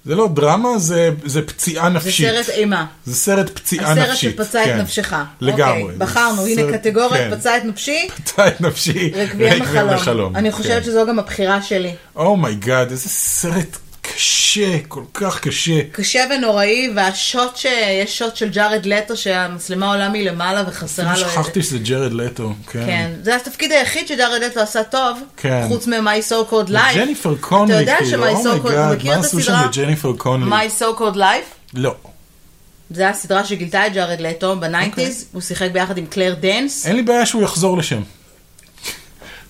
Speaker 2: זה לא דרמה, זה, זה פציעה
Speaker 1: זה
Speaker 2: נפשית.
Speaker 1: סרט אימה.
Speaker 2: זה סרט פציעה
Speaker 1: הסרט
Speaker 2: נפשית.
Speaker 1: שפצע
Speaker 2: כן.
Speaker 1: את נפשך.
Speaker 2: לגמרי.
Speaker 1: אוקיי, בחרנו,
Speaker 2: זה
Speaker 1: הנה
Speaker 2: סרט- כן.
Speaker 1: קטגוריית, פצע את נפשי,
Speaker 2: פצע את נפשי.
Speaker 1: רקביים לחלום. אני
Speaker 2: כן.
Speaker 1: חושבת שזו גם הבחירה שלי.
Speaker 2: אומייגאד, Oh איזה סרט קשה, כל כך קשה.
Speaker 1: קשה ונוראי, והשוט ש... יש שוט של ג'ארד לטו שהמצלמה עולה מלמעלה וחסרה לו את זה.
Speaker 2: שכחתי שזה ג'רד לטו, כן.
Speaker 1: כן, זה התפקיד היחיד שג'ארד לטו עשה טוב,
Speaker 2: כן.
Speaker 1: חוץ מ-My So Called Life.
Speaker 2: ג'ניפר קונלי,
Speaker 1: אתה יודע
Speaker 2: כאילו,
Speaker 1: ש-My So Called,
Speaker 2: אומייגאד,
Speaker 1: מכיר
Speaker 2: מה
Speaker 1: את
Speaker 2: עשו שם
Speaker 1: הסדרה?
Speaker 2: לג'ניפר קונלי?
Speaker 1: My So Called Life,
Speaker 2: לא,
Speaker 1: זו הסדרה שגילתה את ג'ארד לטו בניינטיז, הוא שיחק ביחד עם קלר דנס.
Speaker 2: אוקיי. אין לי בעיה שהוא יחזור לשם.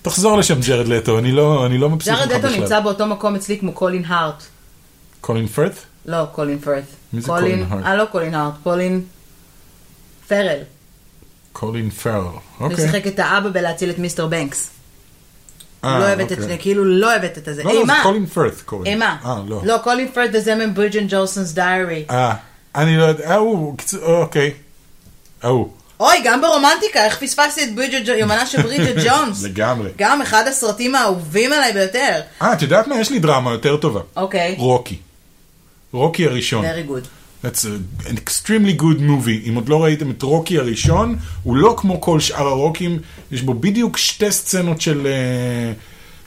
Speaker 2: תחזור לשם ג'רד לטו, אני לא אני לא מבסוט ממך
Speaker 1: ג'ארד
Speaker 2: בכלל.
Speaker 1: לטו נמצא באותו מקום אצלי כמו קולין הארט.
Speaker 2: קולין פרת?
Speaker 1: לא, קולין פרת.
Speaker 2: מי זה קולין הארט?
Speaker 1: אה, לא קולין הארט, קולין פרל.
Speaker 2: קולין פרל,
Speaker 1: הוא
Speaker 2: אוקיי.
Speaker 1: שיחק את האבא בלהציל את מיסטר בנקס.
Speaker 2: אה,
Speaker 1: לא אוהבת את
Speaker 2: אוקיי.
Speaker 1: שני, כאילו לא אוהבת את זה.
Speaker 2: לא, לא, זה
Speaker 1: אימה.
Speaker 2: קולין פרת קוראים.
Speaker 1: אימה.
Speaker 2: אה, לא.
Speaker 1: לא, קולין פרד זה מברידג'ן ג'ולסונס דיירי.
Speaker 2: אה, אני לא יודע, ההוא, קצ- אוקיי. ההוא.
Speaker 1: אוי, גם ברומנטיקה, איך פספסתי את ברידג'ט ג'ונס, יומנה של ברידג'ט ג'ונס.
Speaker 2: לגמרי.
Speaker 1: גם אחד הסרטים האהובים עליי ביותר.
Speaker 2: אה, את יודעת מה? יש לי דרמה יותר טובה.
Speaker 1: אוקיי,
Speaker 2: רוקי. רוקי הראשון.
Speaker 1: very good.
Speaker 2: That's a- an extremely good movie. אם עוד לא ראיתם את רוקי הראשון, הוא לא כמו כל שאר הרוקים, יש בו בדיוק שתי סצנות של... אה,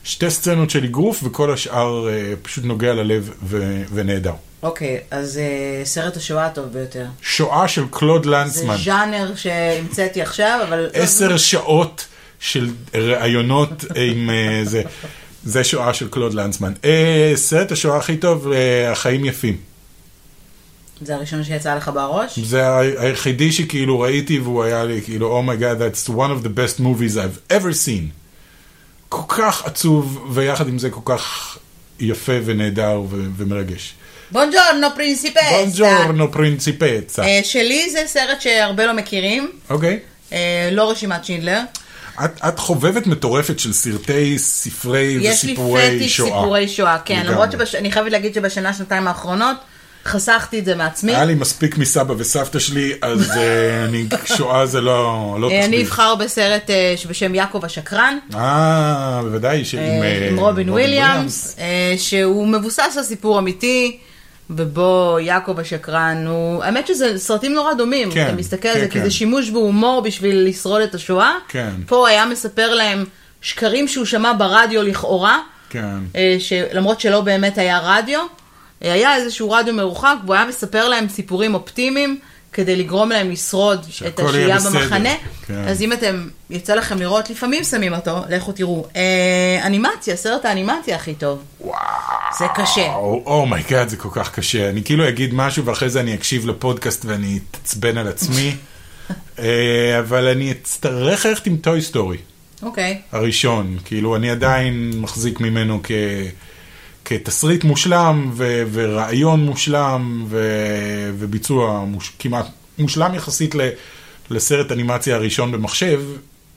Speaker 2: שתי סצנות של אגרוף, וכל השאר אה, פשוט נוגע ללב ו- ונהדר.
Speaker 1: אוקיי, אז אה, סרט השואה הטוב ביותר.
Speaker 2: שואה של קלוד
Speaker 1: זה
Speaker 2: לנצמן.
Speaker 1: ז'אנר שהמצאתי עכשיו, אבל... לא-
Speaker 2: עשר שעות של ראיונות עם אה, זה. זה שואה של קלוד לנצמן. אה, סרט השואה הכי טוב, אה, החיים יפים.
Speaker 1: זה הראשון שיצא לך בראש?
Speaker 2: זה ה- היחידי שכאילו ראיתי והוא היה לי כאילו, אומייגאד, oh my God, that's one of the best movies I've ever seen. כל כך עצוב, ויחד עם זה כל כך יפה ונהדר ו- ומרגש.
Speaker 1: בונג'ורנו פרינסיפסה.
Speaker 2: בונג'ורנו פרינציפצה.
Speaker 1: אה, שלי זה סרט שהרבה לא מכירים,
Speaker 2: אוקיי.
Speaker 1: אה, לא רשימת שינדלר.
Speaker 2: את- את חובבת מטורפת של סרטי, ספרי
Speaker 1: יש לי
Speaker 2: וסיפורי
Speaker 1: פטיש
Speaker 2: שואה.
Speaker 1: סיפורי שואה, כן,
Speaker 2: לגמרי.
Speaker 1: למרות שאני חייבת להגיד שבשנה, שנתיים האחרונות, חסכתי את זה מעצמי.
Speaker 2: היה לי מספיק מסבא וסבתא שלי, אז אה, אני, שואה זה לא, לא
Speaker 1: אה, אני
Speaker 2: תחביב.
Speaker 1: אבחר בסרט אה, שבשם יעקב השקרן,
Speaker 2: אה, בוודאי, שעם,
Speaker 1: אה,
Speaker 2: אה,
Speaker 1: עם רובין וויליאמס, אה, שהוא מבוסס על סיפור אמיתי. ובו יעקב השקרן הוא, האמת שזה סרטים נורא דומים,
Speaker 2: כן,
Speaker 1: אתה מסתכל על
Speaker 2: כן,
Speaker 1: זה, כי
Speaker 2: כן.
Speaker 1: זה שימוש בהומור בשביל לשרוד את השואה.
Speaker 2: כן.
Speaker 1: פה היה מספר להם שקרים שהוא שמע ברדיו לכאורה,
Speaker 2: כן.
Speaker 1: אה, שלמרות שלא באמת היה רדיו, אה, היה איזשהו רדיו מרוחק, והוא היה מספר להם סיפורים אופטימיים כדי לגרום להם לשרוד את
Speaker 2: שהכל יהיה
Speaker 1: השהייה
Speaker 2: בסדר.
Speaker 1: במחנה.
Speaker 2: כן.
Speaker 1: אז אם אתם, יצא לכם לראות, לפעמים שמים אותו, לכו תראו. אה, אנימציה, סרט האנימציה הכי טוב.
Speaker 2: וואו.
Speaker 1: זה קשה.
Speaker 2: אומייגאד, זה כל כך קשה. אני כאילו אגיד משהו ואחרי זה אני אקשיב לפודקאסט ואני אתעצבן על עצמי. אה, אבל אני אצטרך ללכת עם טוי סטורי,
Speaker 1: אוקיי.
Speaker 2: הראשון. כאילו, אני עדיין מחזיק ממנו כ... כתסריט מושלם ו... ורעיון מושלם ו... וביצוע מוש... כמעט מושלם יחסית ל... לסרט אנימציה הראשון במחשב.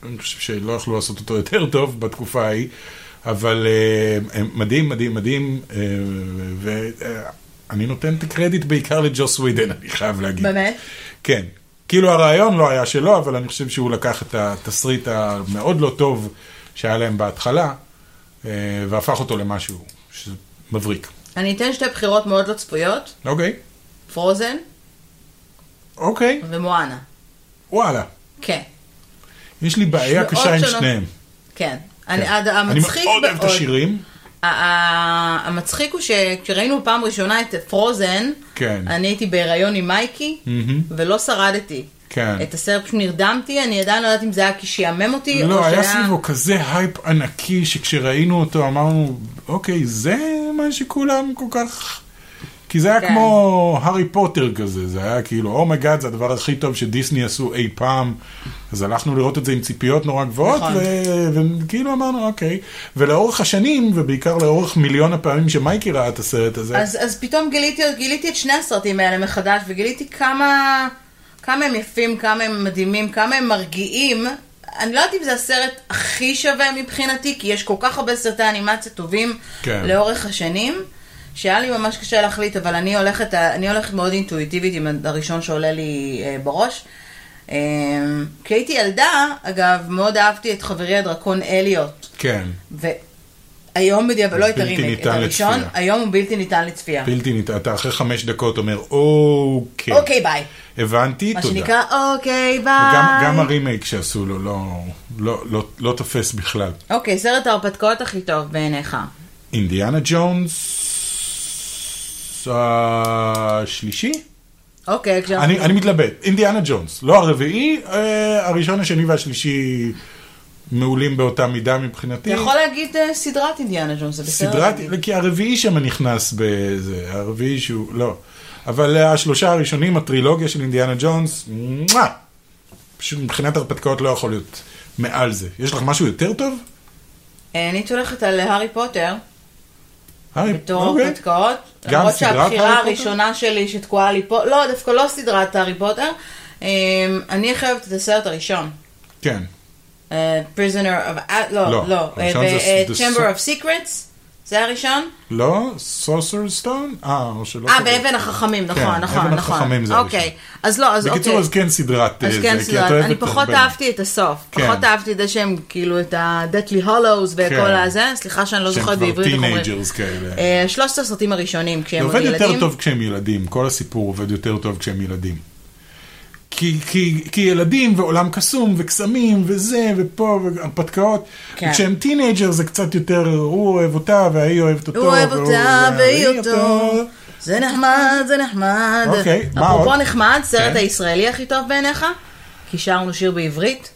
Speaker 2: אני חושב שלא יכלו לעשות אותו יותר טוב בתקופה ההיא. אבל אה, מדהים, מדהים, מדהים, אה, ואני נותן את הקרדיט בעיקר לג'וס ווידן, אני חייב להגיד.
Speaker 1: באמת?
Speaker 2: כן. כאילו הרעיון לא היה שלו, אבל אני חושב שהוא לקח את התסריט המאוד לא טוב שהיה להם בהתחלה, אה, והפך אותו למשהו שזה מבריק.
Speaker 1: אני אתן שתי בחירות מאוד לא צפויות,
Speaker 2: אוקיי,
Speaker 1: פרוזן
Speaker 2: אוקיי,
Speaker 1: ומואנה.
Speaker 2: וואלה.
Speaker 1: כן,
Speaker 2: יש לי בעיה
Speaker 1: מאוד
Speaker 2: קשה עם
Speaker 1: שונות.
Speaker 2: שניהם.
Speaker 1: כן. אני, עד,
Speaker 2: אני
Speaker 1: המצחיק
Speaker 2: מאוד אוהב את השירים.
Speaker 1: ה- ה- המצחיק הוא שכשראינו פעם ראשונה את פרוזן,
Speaker 2: כן.
Speaker 1: אני הייתי בהיריון עם מייקי,
Speaker 2: מהמם.
Speaker 1: ולא שרדתי.
Speaker 2: כן.
Speaker 1: את הסרט פשוט נרדמתי, אני עדיין לא יודעת אם זה היה כי שיאמם אותי, או
Speaker 2: לא, היה
Speaker 1: שהיה-
Speaker 2: סביבו כזה הייפ ענקי, שכשראינו אותו אמרנו, אוקיי, זה מה שכולם כל כך... כי זה היה
Speaker 1: כן.
Speaker 2: כמו הארי פוטר כזה, זה היה כאילו, אומייגאד, זה הדבר הכי טוב שדיסני עשו אי פעם. אז הלכנו לראות את זה עם ציפיות נורא גבוהות,
Speaker 1: נכון.
Speaker 2: ו- וכאילו אמרנו, אוקיי. ולאורך השנים, ובעיקר לאורך מיליון הפעמים שמייקי ראה את הסרט הזה,
Speaker 1: אז, אז פתאום גיליתי, גיליתי את שני הסרטים האלה מחדש, וגיליתי כמה, כמה הם יפים, כמה הם מדהימים, כמה הם מרגיעים. אני לא יודעת אם זה הסרט הכי שווה מבחינתי, כי יש כל כך הרבה סרטי אנימציה טובים
Speaker 2: כן.
Speaker 1: לאורך השנים, שהיה לי ממש קשה להחליט, אבל אני הולכת, אני הולכת מאוד אינטואיטיבית עם הראשון שעולה לי אה, בראש. אה, כשהייתי ילדה, אגב, מאוד אהבתי את חברי הדרקון אליוט.
Speaker 2: כן,
Speaker 1: והיום בדיעבד, לא את
Speaker 2: בלתי
Speaker 1: הרימייק, את
Speaker 2: ניתן
Speaker 1: הראשון,
Speaker 2: לצפייה.
Speaker 1: היום הוא בלתי ניתן לצפייה.
Speaker 2: בלתי ניתן, אתה אחרי חמש דקות אומר, אוקיי,
Speaker 1: אוקיי ביי.
Speaker 2: הבנתי,
Speaker 1: מה
Speaker 2: תודה.
Speaker 1: שנקרא אוקיי ביי.
Speaker 2: וגם גם הרימייק שעשו לו לא, לא, לא, לא תופס בכלל.
Speaker 1: אוקיי, סרט ההרפתקאות הכי טוב בעיניך.
Speaker 2: אינדיאנה ג'ונס השלישי?
Speaker 1: אוקיי, כשאנחנו...
Speaker 2: אני, אני מתלבט, אינדיאנה ג'ונס, לא הרביעי, אה, הראשון, השני והשלישי מעולים באותה מידה מבחינתי.
Speaker 1: אתה יכול להגיד אה, סדרת אינדיאנה ג'ונס, זה בסדר?
Speaker 2: סדרת, כי הרביעי שם נכנס בזה, הרביעי שהוא, לא. אבל אה, השלושה הראשונים, הטרילוגיה של אינדיאנה ג'ונס, מואה. פשוט מבחינת הרפתקאות לא יכול להיות מעל זה. יש לך משהו יותר טוב?
Speaker 1: אה, אני הייתי הולכת על הארי פוטר,
Speaker 2: היי,
Speaker 1: אה, בתור
Speaker 2: אוקיי.
Speaker 1: הרפתקאות.
Speaker 2: גם
Speaker 1: למרות
Speaker 2: סדרת
Speaker 1: שהבחירה
Speaker 2: הארי פוטר?
Speaker 1: הראשונה שלי שתקועה לי פה, לא, דווקא לא סדרת הארי פוטר. אה, אני הכי אוהבת את הסרט הראשון.
Speaker 2: כן.
Speaker 1: אה, Prisoner of... אה,
Speaker 2: לא,
Speaker 1: לא, לא. אה,
Speaker 2: הראשון
Speaker 1: ב-
Speaker 2: זה-
Speaker 1: אה,
Speaker 2: זה
Speaker 1: Chamber
Speaker 2: ס-
Speaker 1: of Secrets, זה הראשון.
Speaker 2: לא? סוסר סטון? אה, או שלא.
Speaker 1: אה,
Speaker 2: כזה.
Speaker 1: באבן החכמים, נכון,
Speaker 2: כן,
Speaker 1: נכון, נכון.
Speaker 2: אבן החכמים זה
Speaker 1: אוקיי, אז לא, אז אוקיי.
Speaker 2: בקיצור, אז כן סדרת אה,
Speaker 1: אז
Speaker 2: זה,
Speaker 1: כן,
Speaker 2: כי את
Speaker 1: סדרת,
Speaker 2: אוהבת...
Speaker 1: אני פחות
Speaker 2: הרבה.
Speaker 1: אהבתי את הסוף.
Speaker 2: כן.
Speaker 1: פחות אהבתי את זה שהם כאילו את ה-Deathly Hollows וכל
Speaker 2: כן.
Speaker 1: הזה, סליחה שאני לא
Speaker 2: שהם
Speaker 1: זוכרת
Speaker 2: כבר
Speaker 1: בעברית. איך אומרים.
Speaker 2: teenagers כאלה.
Speaker 1: אה, שלושת הסרטים הראשונים
Speaker 2: זה
Speaker 1: כשהם עוד
Speaker 2: עובד
Speaker 1: ילדים.
Speaker 2: יותר טוב כשהם ילדים, כל הסיפור עובד יותר טוב כשהם ילדים. כי, כי, כי ילדים ועולם קסום וקסמים וזה ופה והרפתקאות,
Speaker 1: כן.
Speaker 2: כן. וכשהם טינג'ר זה קצת יותר, הוא אוהב אותה וההיא אוהבת אותו.
Speaker 1: הוא אוהב
Speaker 2: והוא-
Speaker 1: אותה והיא
Speaker 2: וההיא
Speaker 1: אותו. זה נחמד, זה נחמד.
Speaker 2: אוקיי, מה
Speaker 1: אפרופו
Speaker 2: עוד?
Speaker 1: נחמד, סרט
Speaker 2: כן.
Speaker 1: הישראלי הכי טוב בעיניך? כי שרנו שיר בעברית.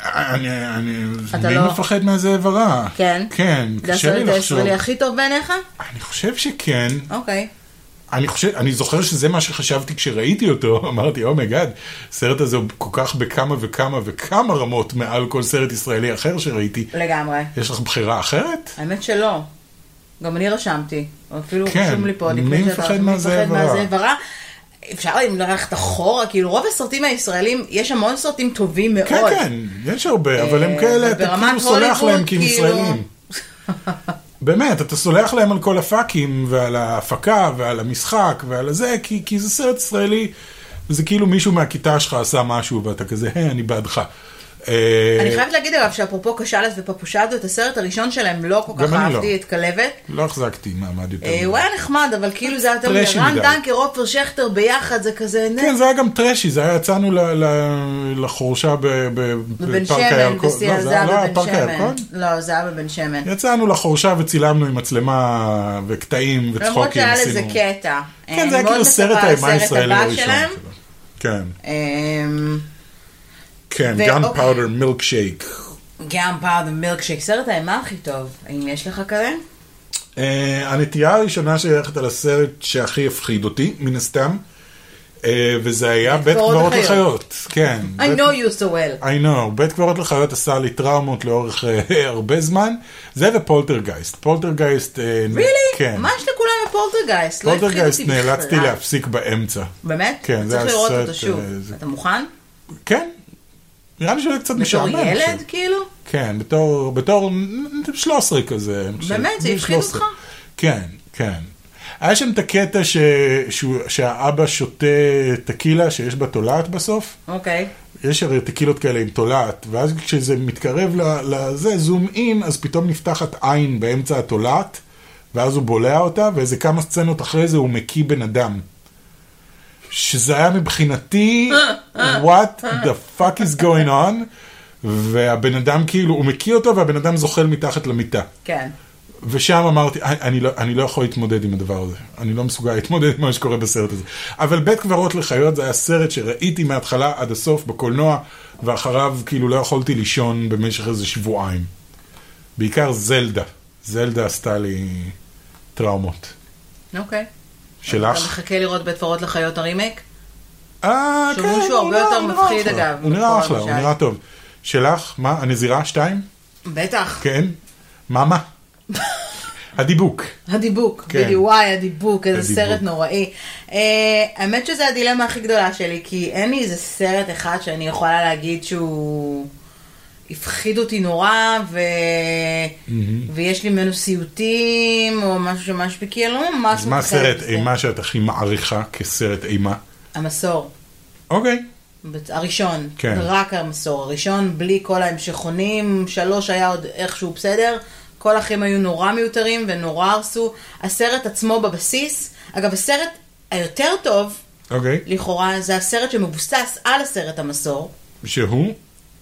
Speaker 2: אני, אני,
Speaker 1: אתה
Speaker 2: אני
Speaker 1: לא-
Speaker 2: מפחד מהזאב הרע.
Speaker 1: כן.
Speaker 2: כן,
Speaker 1: זה
Speaker 2: קשה לי
Speaker 1: הסרט
Speaker 2: לחשוב.
Speaker 1: הישראלי הכי טוב בעיניך?
Speaker 2: אני חושב שכן.
Speaker 1: אוקיי.
Speaker 2: אני חושב, אני זוכר שזה מה שחשבתי כשראיתי אותו, אמרתי, אומייגאד, הסרט הזה הוא כל כך בכמה וכמה וכמה רמות מעל כל סרט ישראלי אחר שראיתי.
Speaker 1: לגמרי.
Speaker 2: יש לך בחירה אחרת?
Speaker 1: האמת שלא. גם אני רשמתי. או אפילו
Speaker 2: כן,
Speaker 1: רשום לי פה עוד לפני
Speaker 2: מי
Speaker 1: שאתה...
Speaker 2: מפחד מהזאב הרע?
Speaker 1: מהזאב הרע? אפשר אם ללכת אחורה, כאילו רוב הסרטים הישראלים, יש המון סרטים טובים מאוד.
Speaker 2: כן, כן, יש הרבה, אבל הם
Speaker 1: אה,
Speaker 2: כאלה, אתה
Speaker 1: וברמת
Speaker 2: כאילו סולח
Speaker 1: הוליווד,
Speaker 2: להם כי הם
Speaker 1: כאילו-
Speaker 2: ישראלים. באמת, אתה סולח להם על כל הפאקים, ועל ההפקה, ועל המשחק, ועל הזה, כי, כי זה סרט ישראלי, וזה כאילו מישהו מהכיתה שלך עשה משהו, ואתה כזה, היי, אני בעדך. אה,
Speaker 1: אני חייבת להגיד אגב שאפרופו קשלס ופפושדו, את הסרט הראשון שלהם לא כל כך
Speaker 2: גם אני לא.
Speaker 1: אהבתי את כלבת.
Speaker 2: לא החזקתי מעמד יותר.
Speaker 1: אה,
Speaker 2: מדי.
Speaker 1: הוא היה נחמד, אבל כאילו זה היה יותר מדי.
Speaker 2: טרשי
Speaker 1: רן
Speaker 2: מדי.
Speaker 1: דנקר, עופר שכטר ביחד, זה כזה... נה,
Speaker 2: כן, זה היה גם טרשי, זה היה, יצאנו ל- ל- לחורשה ב- ב-
Speaker 1: בבן
Speaker 2: בפארק
Speaker 1: שמן,
Speaker 2: הירקון.
Speaker 1: בשיאה,
Speaker 2: לא,
Speaker 1: זה היה
Speaker 2: לא
Speaker 1: בבן
Speaker 2: פארק
Speaker 1: שמן.
Speaker 2: הירקון?
Speaker 1: לא, זה היה בבן שמן.
Speaker 2: יצאנו לחורשה וצילמנו עם מצלמה וקטעים וצחוקים.
Speaker 1: למרות שהיה
Speaker 2: עשינו-
Speaker 1: לזה קטע.
Speaker 2: כן, זה
Speaker 1: אני
Speaker 2: היה
Speaker 1: מאוד
Speaker 2: כאילו סרט
Speaker 1: מקווה
Speaker 2: האימה
Speaker 1: לסרט
Speaker 2: הישראלי
Speaker 1: הבא
Speaker 2: הראשון.
Speaker 1: שלהם.
Speaker 2: שלו. כן,
Speaker 1: אמ,
Speaker 2: כן,
Speaker 1: ו-
Speaker 2: גן
Speaker 1: אוקיי.
Speaker 2: פאודר מילק שייק.
Speaker 1: גם פעם במילקשייק, סרט האימה הכי טוב, האם יש לך כזה?
Speaker 2: אה, הנטייה הראשונה שלי הולכת על הסרט שהכי הפחיד אותי, מן הסתם, אה, וזה היה בית
Speaker 1: קברות
Speaker 2: קברות
Speaker 1: לחיות.
Speaker 2: לחיות. כן.
Speaker 1: I
Speaker 2: בית-
Speaker 1: know you so well.
Speaker 2: I know, בית קברות לחיות עשה לי טראומות לאורך אה, הרבה זמן, זה ופולטרגייסט. פולטרגייסט... אה, נ-
Speaker 1: really?
Speaker 2: כן.
Speaker 1: מה יש לכולם בפולטרגייסט? לא הפחיד אותי
Speaker 2: פולטרגייסט
Speaker 1: בכלל. אה?
Speaker 2: נאלצתי להפסיק באמצע.
Speaker 1: באמת?
Speaker 2: כן, זה
Speaker 1: צריך לראות
Speaker 2: הסרט,
Speaker 1: אותו שוב.
Speaker 2: אה, זה-
Speaker 1: אתה מוכן?
Speaker 2: כן. נראה לי שהוא היה קצת
Speaker 1: בתור
Speaker 2: משעמם.
Speaker 1: ילד,
Speaker 2: עכשיו.
Speaker 1: כאילו?
Speaker 2: כן, בתור, בתור 13 כזה. אני חושב.
Speaker 1: באמת? זה
Speaker 2: בן
Speaker 1: הפחיד
Speaker 2: 13.
Speaker 1: אותך?
Speaker 2: כן, כן. היה שם את הקטע ש... שהוא... שהאבא שותה טקילה שיש בה תולעת בסוף.
Speaker 1: אוקיי.
Speaker 2: יש הרי טקילות כאלה עם תולעת, ואז כשזה מתקרב ל- לזה, זום אין, אז פתאום נפתחת עין באמצע התולעת, ואז הוא בולע אותה, ואיזה כמה סצנות אחרי זה הוא מקיא בן אדם. שזה היה מבחינתי, what the fuck is going on, והבן אדם כאילו, הוא מקיא אותו והבן אדם זוחל מתחת למיטה.
Speaker 1: כן.
Speaker 2: ושם אמרתי, "אני- אני לא, אני לא יכול להתמודד עם הדבר הזה, אני לא מסוגל להתמודד עם מה שקורה בסרט הזה. אבל בית קברות לחיות זה היה סרט שראיתי מההתחלה עד הסוף בקולנוע, ואחריו כאילו לא יכולתי לישון במשך איזה שבועיים. בעיקר זלדה, זלדה עשתה לי טראומות.
Speaker 1: אוקיי. אתה
Speaker 2: שלך?
Speaker 1: מחכה לראות בית קברות לחיות הרימייק?
Speaker 2: אה,
Speaker 1: שהוא מישהו הרבה
Speaker 2: נראה-
Speaker 1: יותר
Speaker 2: הוא נראה
Speaker 1: מפחיד,
Speaker 2: אחלה.
Speaker 1: אגב, נכון,
Speaker 2: הוא
Speaker 1: מכל
Speaker 2: נראה אחלה, הוא
Speaker 1: המשל.
Speaker 2: נראה טוב. שלך, מה, הנזירה 2?
Speaker 1: בטח.
Speaker 2: כן? מה מה? הדיבוק.
Speaker 1: הדיבוק,
Speaker 2: כן.
Speaker 1: בדיוק, וואי, הדיבוק, איזה
Speaker 2: הדיבוק.
Speaker 1: סרט נוראי. אה, האמת שזה הדילמה הכי גדולה שלי, כי אין לי איזה סרט אחד שאני יכולה להגיד שהוא הפחיד אותי נורא, ו... ויש לי ממנו סיוטים, או משהו שממש בקיא, אני לא ממש
Speaker 2: אז מה
Speaker 1: מתחילת
Speaker 2: הסרט
Speaker 1: בזה.
Speaker 2: אימה שאת הכי מעריכה כסרט אימה?
Speaker 1: המסור.
Speaker 2: אוקיי.
Speaker 1: בצ- הראשון,
Speaker 2: כן.
Speaker 1: רק המסור הראשון, בלי כל ההמשכונים, שלוש היה עוד איכשהו בסדר, כל האחרים היו נורא מיותרים ונורא הרסו. הסרט עצמו בבסיס, אגב הסרט היותר טוב,
Speaker 2: אוקיי.
Speaker 1: לכאורה, זה הסרט שמבוסס על הסרט המסור.
Speaker 2: שהוא?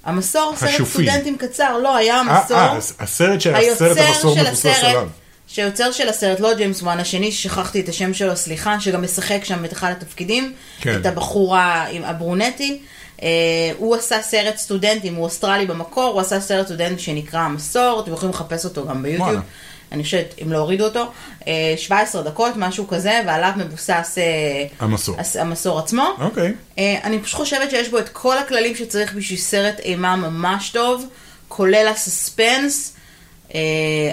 Speaker 1: המסור, סרט
Speaker 2: השופין.
Speaker 1: סטודנטים קצר, לא, היה
Speaker 2: אה,
Speaker 1: המסור.
Speaker 2: אה, הס- הסרט של הסרט המסור מבוסס עליו.
Speaker 1: שהיוצר של הסרט, לא ג'יימס וואן, השני, ששכחתי את השם שלו, סליחה, שגם משחק שם את אחד התפקידים,
Speaker 2: כן.
Speaker 1: את הבחור ה- עם הברונטי, אה, הוא עשה סרט סטודנטים, הוא אוסטרלי במקור, הוא עשה סרט סטודנטים שנקרא המסור, אתם יכולים לחפש אותו גם ביוטיוב,
Speaker 2: וואלה.
Speaker 1: אני חושבת, אם לא הורידו אותו, אה, 17 דקות, משהו כזה, ועליו מבוסס אה,
Speaker 2: המסור.
Speaker 1: הס- המסור עצמו.
Speaker 2: אוקיי.
Speaker 1: אה, אני פשוט חושבת שיש בו את כל הכללים שצריך בשביל סרט אימה ממש טוב, כולל הסספנס. אה,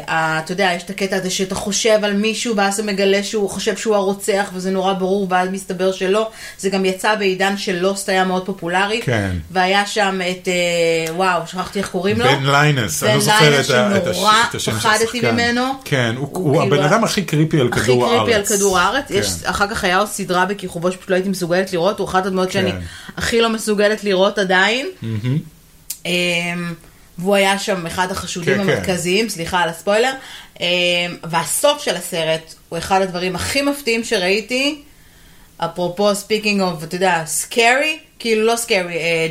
Speaker 1: ה- אתה יודע, יש את הקטע הזה שאתה חושב על מישהו ואז אתה מגלה שהוא חושב שהוא הרוצח וזה נורא ברור ואז מסתבר שלא. זה גם יצא בעידן של לוסט היה מאוד פופולרי.
Speaker 2: כן.
Speaker 1: והיה שם את, אה, וואו, שכחתי איך קוראים לו.
Speaker 2: בן ליינס, אני
Speaker 1: בן
Speaker 2: לא זוכר
Speaker 1: ליינס
Speaker 2: את ה- את הש-
Speaker 1: שנורא
Speaker 2: את השם של
Speaker 1: פחדתי
Speaker 2: השחקן.
Speaker 1: ממנו.
Speaker 2: כן, הוא-
Speaker 1: הוא
Speaker 2: הוא
Speaker 1: כאילו
Speaker 2: הבן
Speaker 1: ה-
Speaker 2: אדם הכי קריפי על
Speaker 1: הכי
Speaker 2: כדור הארץ.
Speaker 1: קריפי על כדור הארץ.
Speaker 2: כן.
Speaker 1: יש, אחר כך היה עוד סדרה בכיכובו שפשוט לא הייתי מסוגלת לראות, הוא אחת הדמויות שאני
Speaker 2: כן.
Speaker 1: הכי לא מסוגלת לראות עדיין. אמ, והוא היה שם אחד החשודים
Speaker 2: כן, כן.
Speaker 1: המרכזיים, סליחה על הספוילר. אמ, והסוף של הסרט הוא אחד הדברים הכי מפתיעים שראיתי. אפרופו ספיקינג אוף, אתה יודע, סקרי, כאילו לא סקרי,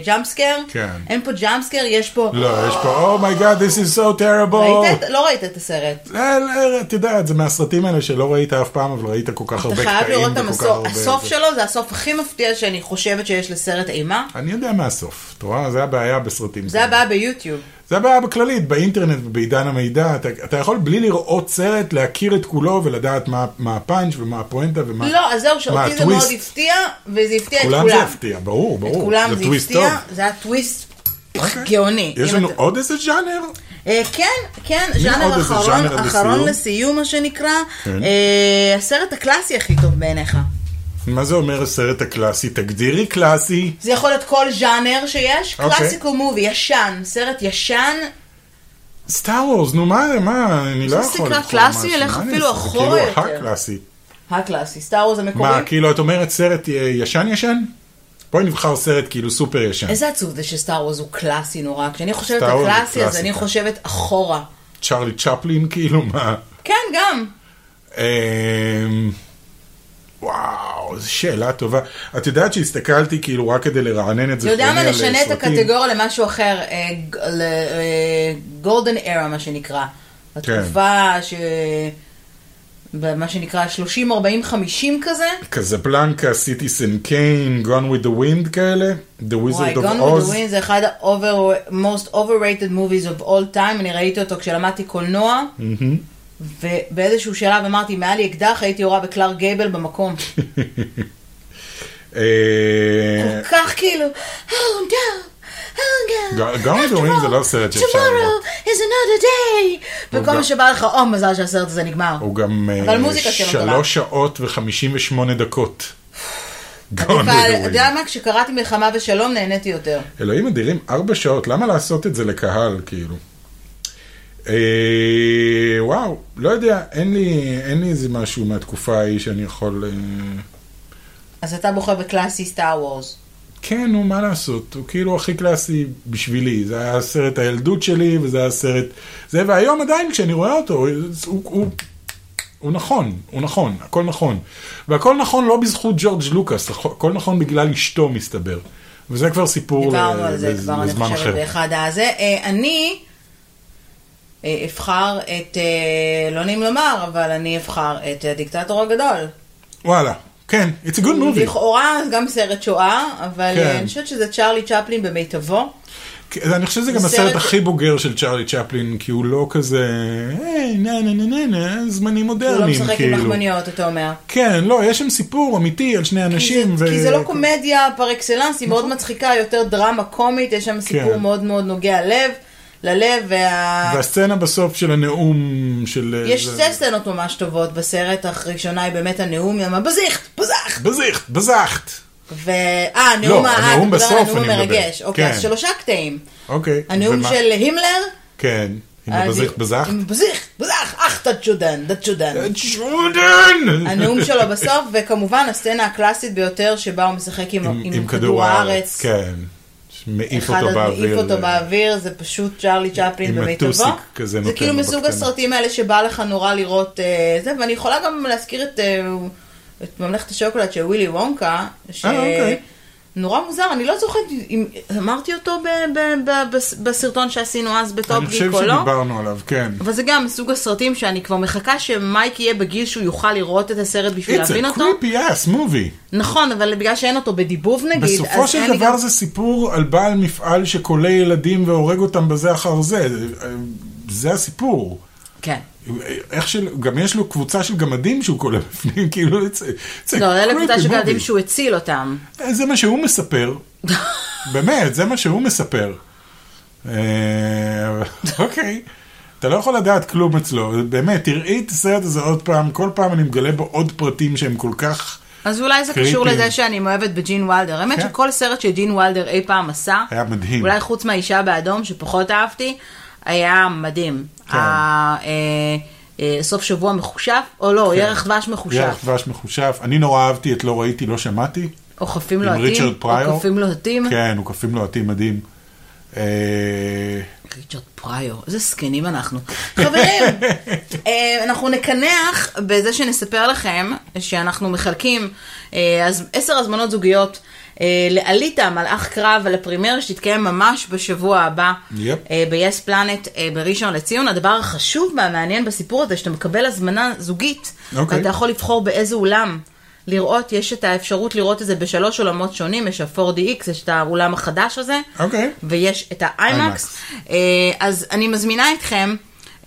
Speaker 1: ג'אמפ סקר.
Speaker 2: כן.
Speaker 1: אין פה ג'אמפ סקר, יש פה...
Speaker 2: לא, יש פה, אומייגאד, this is so terrible.
Speaker 1: ראית את- לא ראית את הסרט.
Speaker 2: אה, לא, את יודעת, זה מהסרטים האלה שלא ראית אף פעם, אבל ראית כל כך הרבה
Speaker 1: אתה
Speaker 2: קטעים.
Speaker 1: חייב לראות את
Speaker 2: וכל כך
Speaker 1: המסור,
Speaker 2: הרבה
Speaker 1: הסוף
Speaker 2: זה.
Speaker 1: שלו זה הסוף הכי מפתיע שאני חושבת שיש לסרט אימה.
Speaker 2: אני יודע מהסוף, את רואה? זה הבעיה בסרטים.
Speaker 1: זה הבעיה ביוטיוב.
Speaker 2: זה הבעיה בכללית, באינטרנט ובעידן המידע, אתה, אתה יכול בלי לראות סרט, להכיר את כולו ולדעת מה, מה הפאנץ' ומה הפואנטה ומה...
Speaker 1: לא, אז זהו,
Speaker 2: מה
Speaker 1: שאותי זה מאוד
Speaker 2: הטוויסט.
Speaker 1: הפתיע, וזה הפתיע את כולם.
Speaker 2: כולם זה הפתיע, ברור, ברור.
Speaker 1: את כולם זה
Speaker 2: טוויסט
Speaker 1: הפתיע,
Speaker 2: טוב.
Speaker 1: זה היה טוויסט
Speaker 2: אוקיי.
Speaker 1: גאוני.
Speaker 2: יש
Speaker 1: אם
Speaker 2: לנו
Speaker 1: אתה-
Speaker 2: עוד איזה ז'אנר?
Speaker 1: אה, כן, כן,
Speaker 2: עוד
Speaker 1: ז'אנר
Speaker 2: איזה
Speaker 1: אחרון,
Speaker 2: ז'אנר
Speaker 1: אחרון
Speaker 2: לסיום?
Speaker 1: לסיום, מה שנקרא.
Speaker 2: כן.
Speaker 1: אה, הסרט הקלאסי הכי טוב בעיניך.
Speaker 2: מה זה אומר הסרט הקלאסי? תגדירי קלאסי.
Speaker 1: זה יכול להיות כל ז'אנר שיש,
Speaker 2: אוקיי.
Speaker 1: קלאסיקו מובי, ישן, סרט ישן,
Speaker 2: סטאר וורס, נו מה, מה, אני לא
Speaker 1: זה
Speaker 2: יכול
Speaker 1: סקרה
Speaker 2: לבחור
Speaker 1: קלאסי,
Speaker 2: משהו,
Speaker 1: אלך
Speaker 2: מה אני
Speaker 1: אפילו
Speaker 2: אעשה? זה
Speaker 1: אחורה יותר.
Speaker 2: כאילו הקלאסי.
Speaker 1: הקלאסי, סטאר וורז המקורי.
Speaker 2: מה, כאילו את אומרת סרט אה, ישן ישן? בואי נבחר סרט כאילו סופר ישן.
Speaker 1: איזה עצוב זה שסטאר וורז הוא קלאסי נורא. כשאני חושבת
Speaker 2: Star Wars
Speaker 1: על
Speaker 2: זה
Speaker 1: קלאסי, אז אני
Speaker 2: קלאסיקה.
Speaker 1: חושבת אחורה.
Speaker 2: צ'רלי צ'פלין, כאילו, מה?
Speaker 1: כן, גם.
Speaker 2: אמ, וואו, זו שאלה טובה. את יודעת שהסתכלתי כאילו רק כדי לרענן את אה,
Speaker 1: אתה
Speaker 2: זה.
Speaker 1: יודע מה? נשנה את הקטגוריה למשהו אחר, אה, ג- ל- אה, golden era מה שנקרא.
Speaker 2: כן.
Speaker 1: התקופה ש... במה שנקרא 30, 40, 50 כזה.
Speaker 2: קזבלנקה, סיטיסן קיין, Gone with the Wind כאלה, The
Speaker 1: וואי,
Speaker 2: Wizard
Speaker 1: Gone with
Speaker 2: of
Speaker 1: the
Speaker 2: Oz.
Speaker 1: Wind זה אחד ה-over- most overrated movies of all time, אני ראיתי אותו כשלמדתי קולנוע,
Speaker 2: Mm.
Speaker 1: ובאיזשהו שלב אמרתי, אם היה לי אקדח הייתי יורה בקלאר גייבל במקום.
Speaker 2: אה,
Speaker 1: כל כך כאילו, oh no, oh no.
Speaker 2: Gone with the
Speaker 1: after
Speaker 2: Wind זה
Speaker 1: all,
Speaker 2: לא סרט שאפשר לראות.
Speaker 1: Tomorrow is another day.
Speaker 2: הוא
Speaker 1: וכל
Speaker 2: גם-
Speaker 1: מה שבא לך, או מזל שהסרט הזה נגמר.
Speaker 2: הוא גם
Speaker 1: אבל
Speaker 2: אה,
Speaker 1: מוזיקה שלו טובה.
Speaker 2: שלוש שעות וחמישים ושמונה דקות. Gone
Speaker 1: אבל,
Speaker 2: with the
Speaker 1: אתה
Speaker 2: Wind.
Speaker 1: יודע מה? כשקראתי מלחמה ושלום נהניתי יותר.
Speaker 2: אלוהים אדירים, ארבע שעות, למה לעשות את זה לקהל, כאילו? אה, וואו, לא יודע, אין לי, אין לי איזה משהו מהתקופה ההיא שאני יכול... אה,
Speaker 1: אז אתה בוחר בקלאסי סטאר וורס.
Speaker 2: כן, נו, מה לעשות? הוא כאילו הכי קלאסי בשבילי. זה היה סרט הילדות שלי, וזה היה סרט... זה, והיום עדיין כשאני רואה אותו, הוא, הוא, הוא נכון, הוא נכון, הכל נכון. והכל נכון לא בזכות ג'ורג' לוקאס, הכל נכון בגלל אשתו, מסתבר. וזה כבר סיפור
Speaker 1: דיברנו על זה
Speaker 2: בז-
Speaker 1: כבר, אני
Speaker 2: בזמן
Speaker 1: חושבת,
Speaker 2: אה, אחר.
Speaker 1: באחד הזה. אה, אני אה, אבחר את, אה, לא נעים לומר, אבל אני אבחר את הדיקטטור הגדול.
Speaker 2: וואלה, כן, it's a good movie.
Speaker 1: לכאורה גם סרט שואה, אבל
Speaker 2: כן.
Speaker 1: אה, אני חושבת שזה צ'רלי צ'פלין במיטבו.
Speaker 2: כן, אני חושב שזה גם
Speaker 1: זה
Speaker 2: הסרט
Speaker 1: סרט-
Speaker 2: הכי בוגר של צ'רלי צ'פלין, כי הוא לא כזה, היי, נה נה נה נה נה, זמנים
Speaker 1: הוא לא
Speaker 2: מודרניים,
Speaker 1: משחק עם
Speaker 2: כאילו.
Speaker 1: לחמניות, אתה אומר.
Speaker 2: כן, לא, יש שם סיפור אמיתי על שני
Speaker 1: כי
Speaker 2: אנשים.
Speaker 1: זה,
Speaker 2: ו- נכון.
Speaker 1: כי זה לא קומדיה פר אקסלנס, היא מאוד מצחיקה, יותר דרמה קומית, יש שם סיפור
Speaker 2: כן.
Speaker 1: מאוד מאוד נוגע לב, ללב, וה...
Speaker 2: והסצנה בסוף של הנאום של... אה,
Speaker 1: יש
Speaker 2: זה-
Speaker 1: שתי סצנות ממש טובות בסרט, הראשונה היא באמת הנאום, היא אמרה בזיכט, בזכט,
Speaker 2: בזיכט, בזכת.
Speaker 1: ו... אה, הנאום,
Speaker 2: לא,
Speaker 1: ה- אה,
Speaker 2: הנאום
Speaker 1: אתה מדבר על
Speaker 2: בסוף
Speaker 1: הנאום
Speaker 2: אני מדבר.
Speaker 1: מרגש. אוקיי, אז
Speaker 2: כן.
Speaker 1: שלושה קטעים.
Speaker 2: אוקיי.
Speaker 1: הנאום
Speaker 2: ומה-
Speaker 1: של הימלר,
Speaker 2: כן. עם
Speaker 1: אז-
Speaker 2: הבזיכט, בזכת.
Speaker 1: עם בזיכט, בזכט, אך תצ'ודן, תצ'ודן.
Speaker 2: "אה, ג'ודן!
Speaker 1: הנאום שלו בסוף, וכמובן הסצנה הקלאסית ביותר שבה הוא משחק עם,
Speaker 2: עם- עם כדור הארץ. כן. מעיף
Speaker 1: אחד
Speaker 2: אותו
Speaker 1: אז
Speaker 2: באוויר.
Speaker 1: מעיף אותו
Speaker 2: זה-
Speaker 1: באוויר, זה פשוט צ'רלי צ'פלין
Speaker 2: עם
Speaker 1: במיטבו.
Speaker 2: הטוסיק כזה
Speaker 1: זה
Speaker 2: נותן
Speaker 1: כאילו
Speaker 2: לו
Speaker 1: מסוג
Speaker 2: בקטנה.
Speaker 1: הסרטים האלה שבא לך נורא לראות אה, זה, ואני יכולה גם להזכיר את, אה, את ממלכת השוקולד של ווילי וונקה,
Speaker 2: אוקיי.
Speaker 1: שנורא מוזר, אני לא זוכרת אם אמרתי אותו ב- ב- ב- בס- בסרטון שעשינו אז בטופ
Speaker 2: אני חושב
Speaker 1: גיק או לא.
Speaker 2: שדיברנו עליו, כן.
Speaker 1: אבל זה גם מסוג הסרטים שאני כבר מחכה שמייק יהיה בגיל שהוא יוכל לראות את הסרט בשביל
Speaker 2: It's
Speaker 1: להבין
Speaker 2: a
Speaker 1: אותו.
Speaker 2: creepy ass movie.
Speaker 1: נכון, אבל בגלל שאין אותו בדיבוב נגיד,
Speaker 2: בסופו
Speaker 1: אז אין
Speaker 2: של
Speaker 1: לי גם...
Speaker 2: דבר זה סיפור על בעל מפעל שכולא ילדים והורג אותם בזה אחר זה. זה הסיפור.
Speaker 1: כן.
Speaker 2: איך של... גם יש לו קבוצה של גמדים שהוא כולל בפנים, כאילו, it's a- it's a
Speaker 1: לא, אלה
Speaker 2: creepy
Speaker 1: קבוצה של
Speaker 2: movie. אה,
Speaker 1: ילדים שהוא הציל אותם.
Speaker 2: זה מה שהוא מספר. באמת, זה מה שהוא מספר. אה, אוקיי. אתה לא יכול לדעת כלום אצלו, באמת, תראי את הסרט הזה עוד פעם, כל פעם אני מגלה בו עוד פרטים שהם כל כך...
Speaker 1: אז אולי זה קשור
Speaker 2: קריטי.
Speaker 1: לזה שאני מאוהבת בג'ין וולדר. האמת
Speaker 2: כן.
Speaker 1: שכל סרט שג'ין וולדר אי פעם עשה,
Speaker 2: היה מדהים.
Speaker 1: אולי חוץ מהאישה באדום, שפחות אהבתי, היה מדהים.
Speaker 2: כן.
Speaker 1: ה- אה, אה, סוף שבוע מחושף, או לא, ירח דבש מחושף.
Speaker 2: כן. ירח דבש מחושף. אני נורא אהבתי את לא ראיתי, לא שמעתי.
Speaker 1: או חופים
Speaker 2: עם ריצ'רד
Speaker 1: לוהטים.
Speaker 2: פריור.
Speaker 1: או חופים לוהטים.
Speaker 2: כן, הוא כפים לוהטים מדהים. אה,
Speaker 1: ריצ'רד פריור, איזה זקנים אנחנו. חברים, אה, אנחנו נקנח בזה שנספר לכם שאנחנו מחלקים אה, אז- עשר הזמנות זוגיות אה, לעליתה מלאך קרב על הפרימייר שתתקיים ממש בשבוע הבא
Speaker 2: יפ.
Speaker 1: אה, ב-yes פלנט אה, בראשון לציון. הדבר החשוב והמעניין בסיפור הזה שאתה מקבל הזמנה זוגית,
Speaker 2: אוקיי.
Speaker 1: ואתה יכול לבחור באיזה אולם. לראות, יש את האפשרות לראות את זה בשלוש עולמות שונים, יש ה-4DX, יש את האולם החדש הזה,
Speaker 2: אוקיי.
Speaker 1: ויש את האיימקס. אה, אז אני מזמינה אתכם,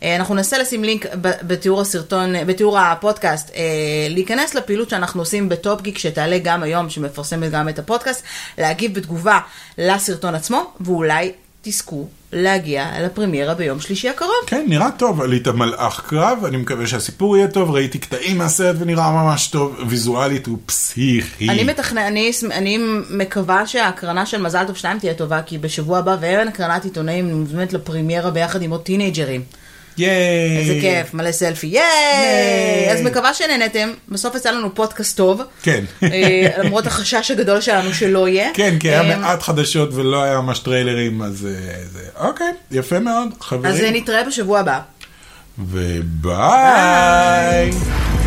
Speaker 1: אה, אנחנו ננסה לשים לינק ב- בתיאור הסרטון, אה, בתיאור הפודקאסט, אה, להיכנס לפעילות שאנחנו עושים בטופ גיק שתעלה גם היום, שמפרסמת גם את הפודקאסט, להגיב בתגובה לסרטון עצמו, ואולי תזכו להגיע לפרמיירה ביום שלישי הקרוב.
Speaker 2: כן, נראה טוב, עלית מלאך קרב, אני מקווה שהסיפור יהיה טוב, ראיתי קטעים מהסרט ונראה ממש טוב, ויזואלית הוא פסיכי.
Speaker 1: אני מתכנן, אני, אני מקווה שההקרנה של מזל טוב 2 תהיה טובה, כי בשבוע הבא ואין הקרנת עיתונאים מוזמנת לפרמיירה ביחד עם עוד טינג'רים.
Speaker 2: ייי.
Speaker 1: איזה כיף, מלא סלפי, ייי!
Speaker 2: אה, ייי.
Speaker 1: אז מקווה שנהנתם, בסוף יצא לנו פודקאסט טוב.
Speaker 2: כן.
Speaker 1: אה, למרות החשש הגדול שלנו שלא יהיה.
Speaker 2: כן, כי היה
Speaker 1: אה,
Speaker 2: מעט חדשות ולא היה ממש טריילרים, אז אה, זה... אוקיי, יפה מאוד,
Speaker 1: אז אה,
Speaker 2: חברים.
Speaker 1: נתראה בשבוע הבא.
Speaker 2: וביי.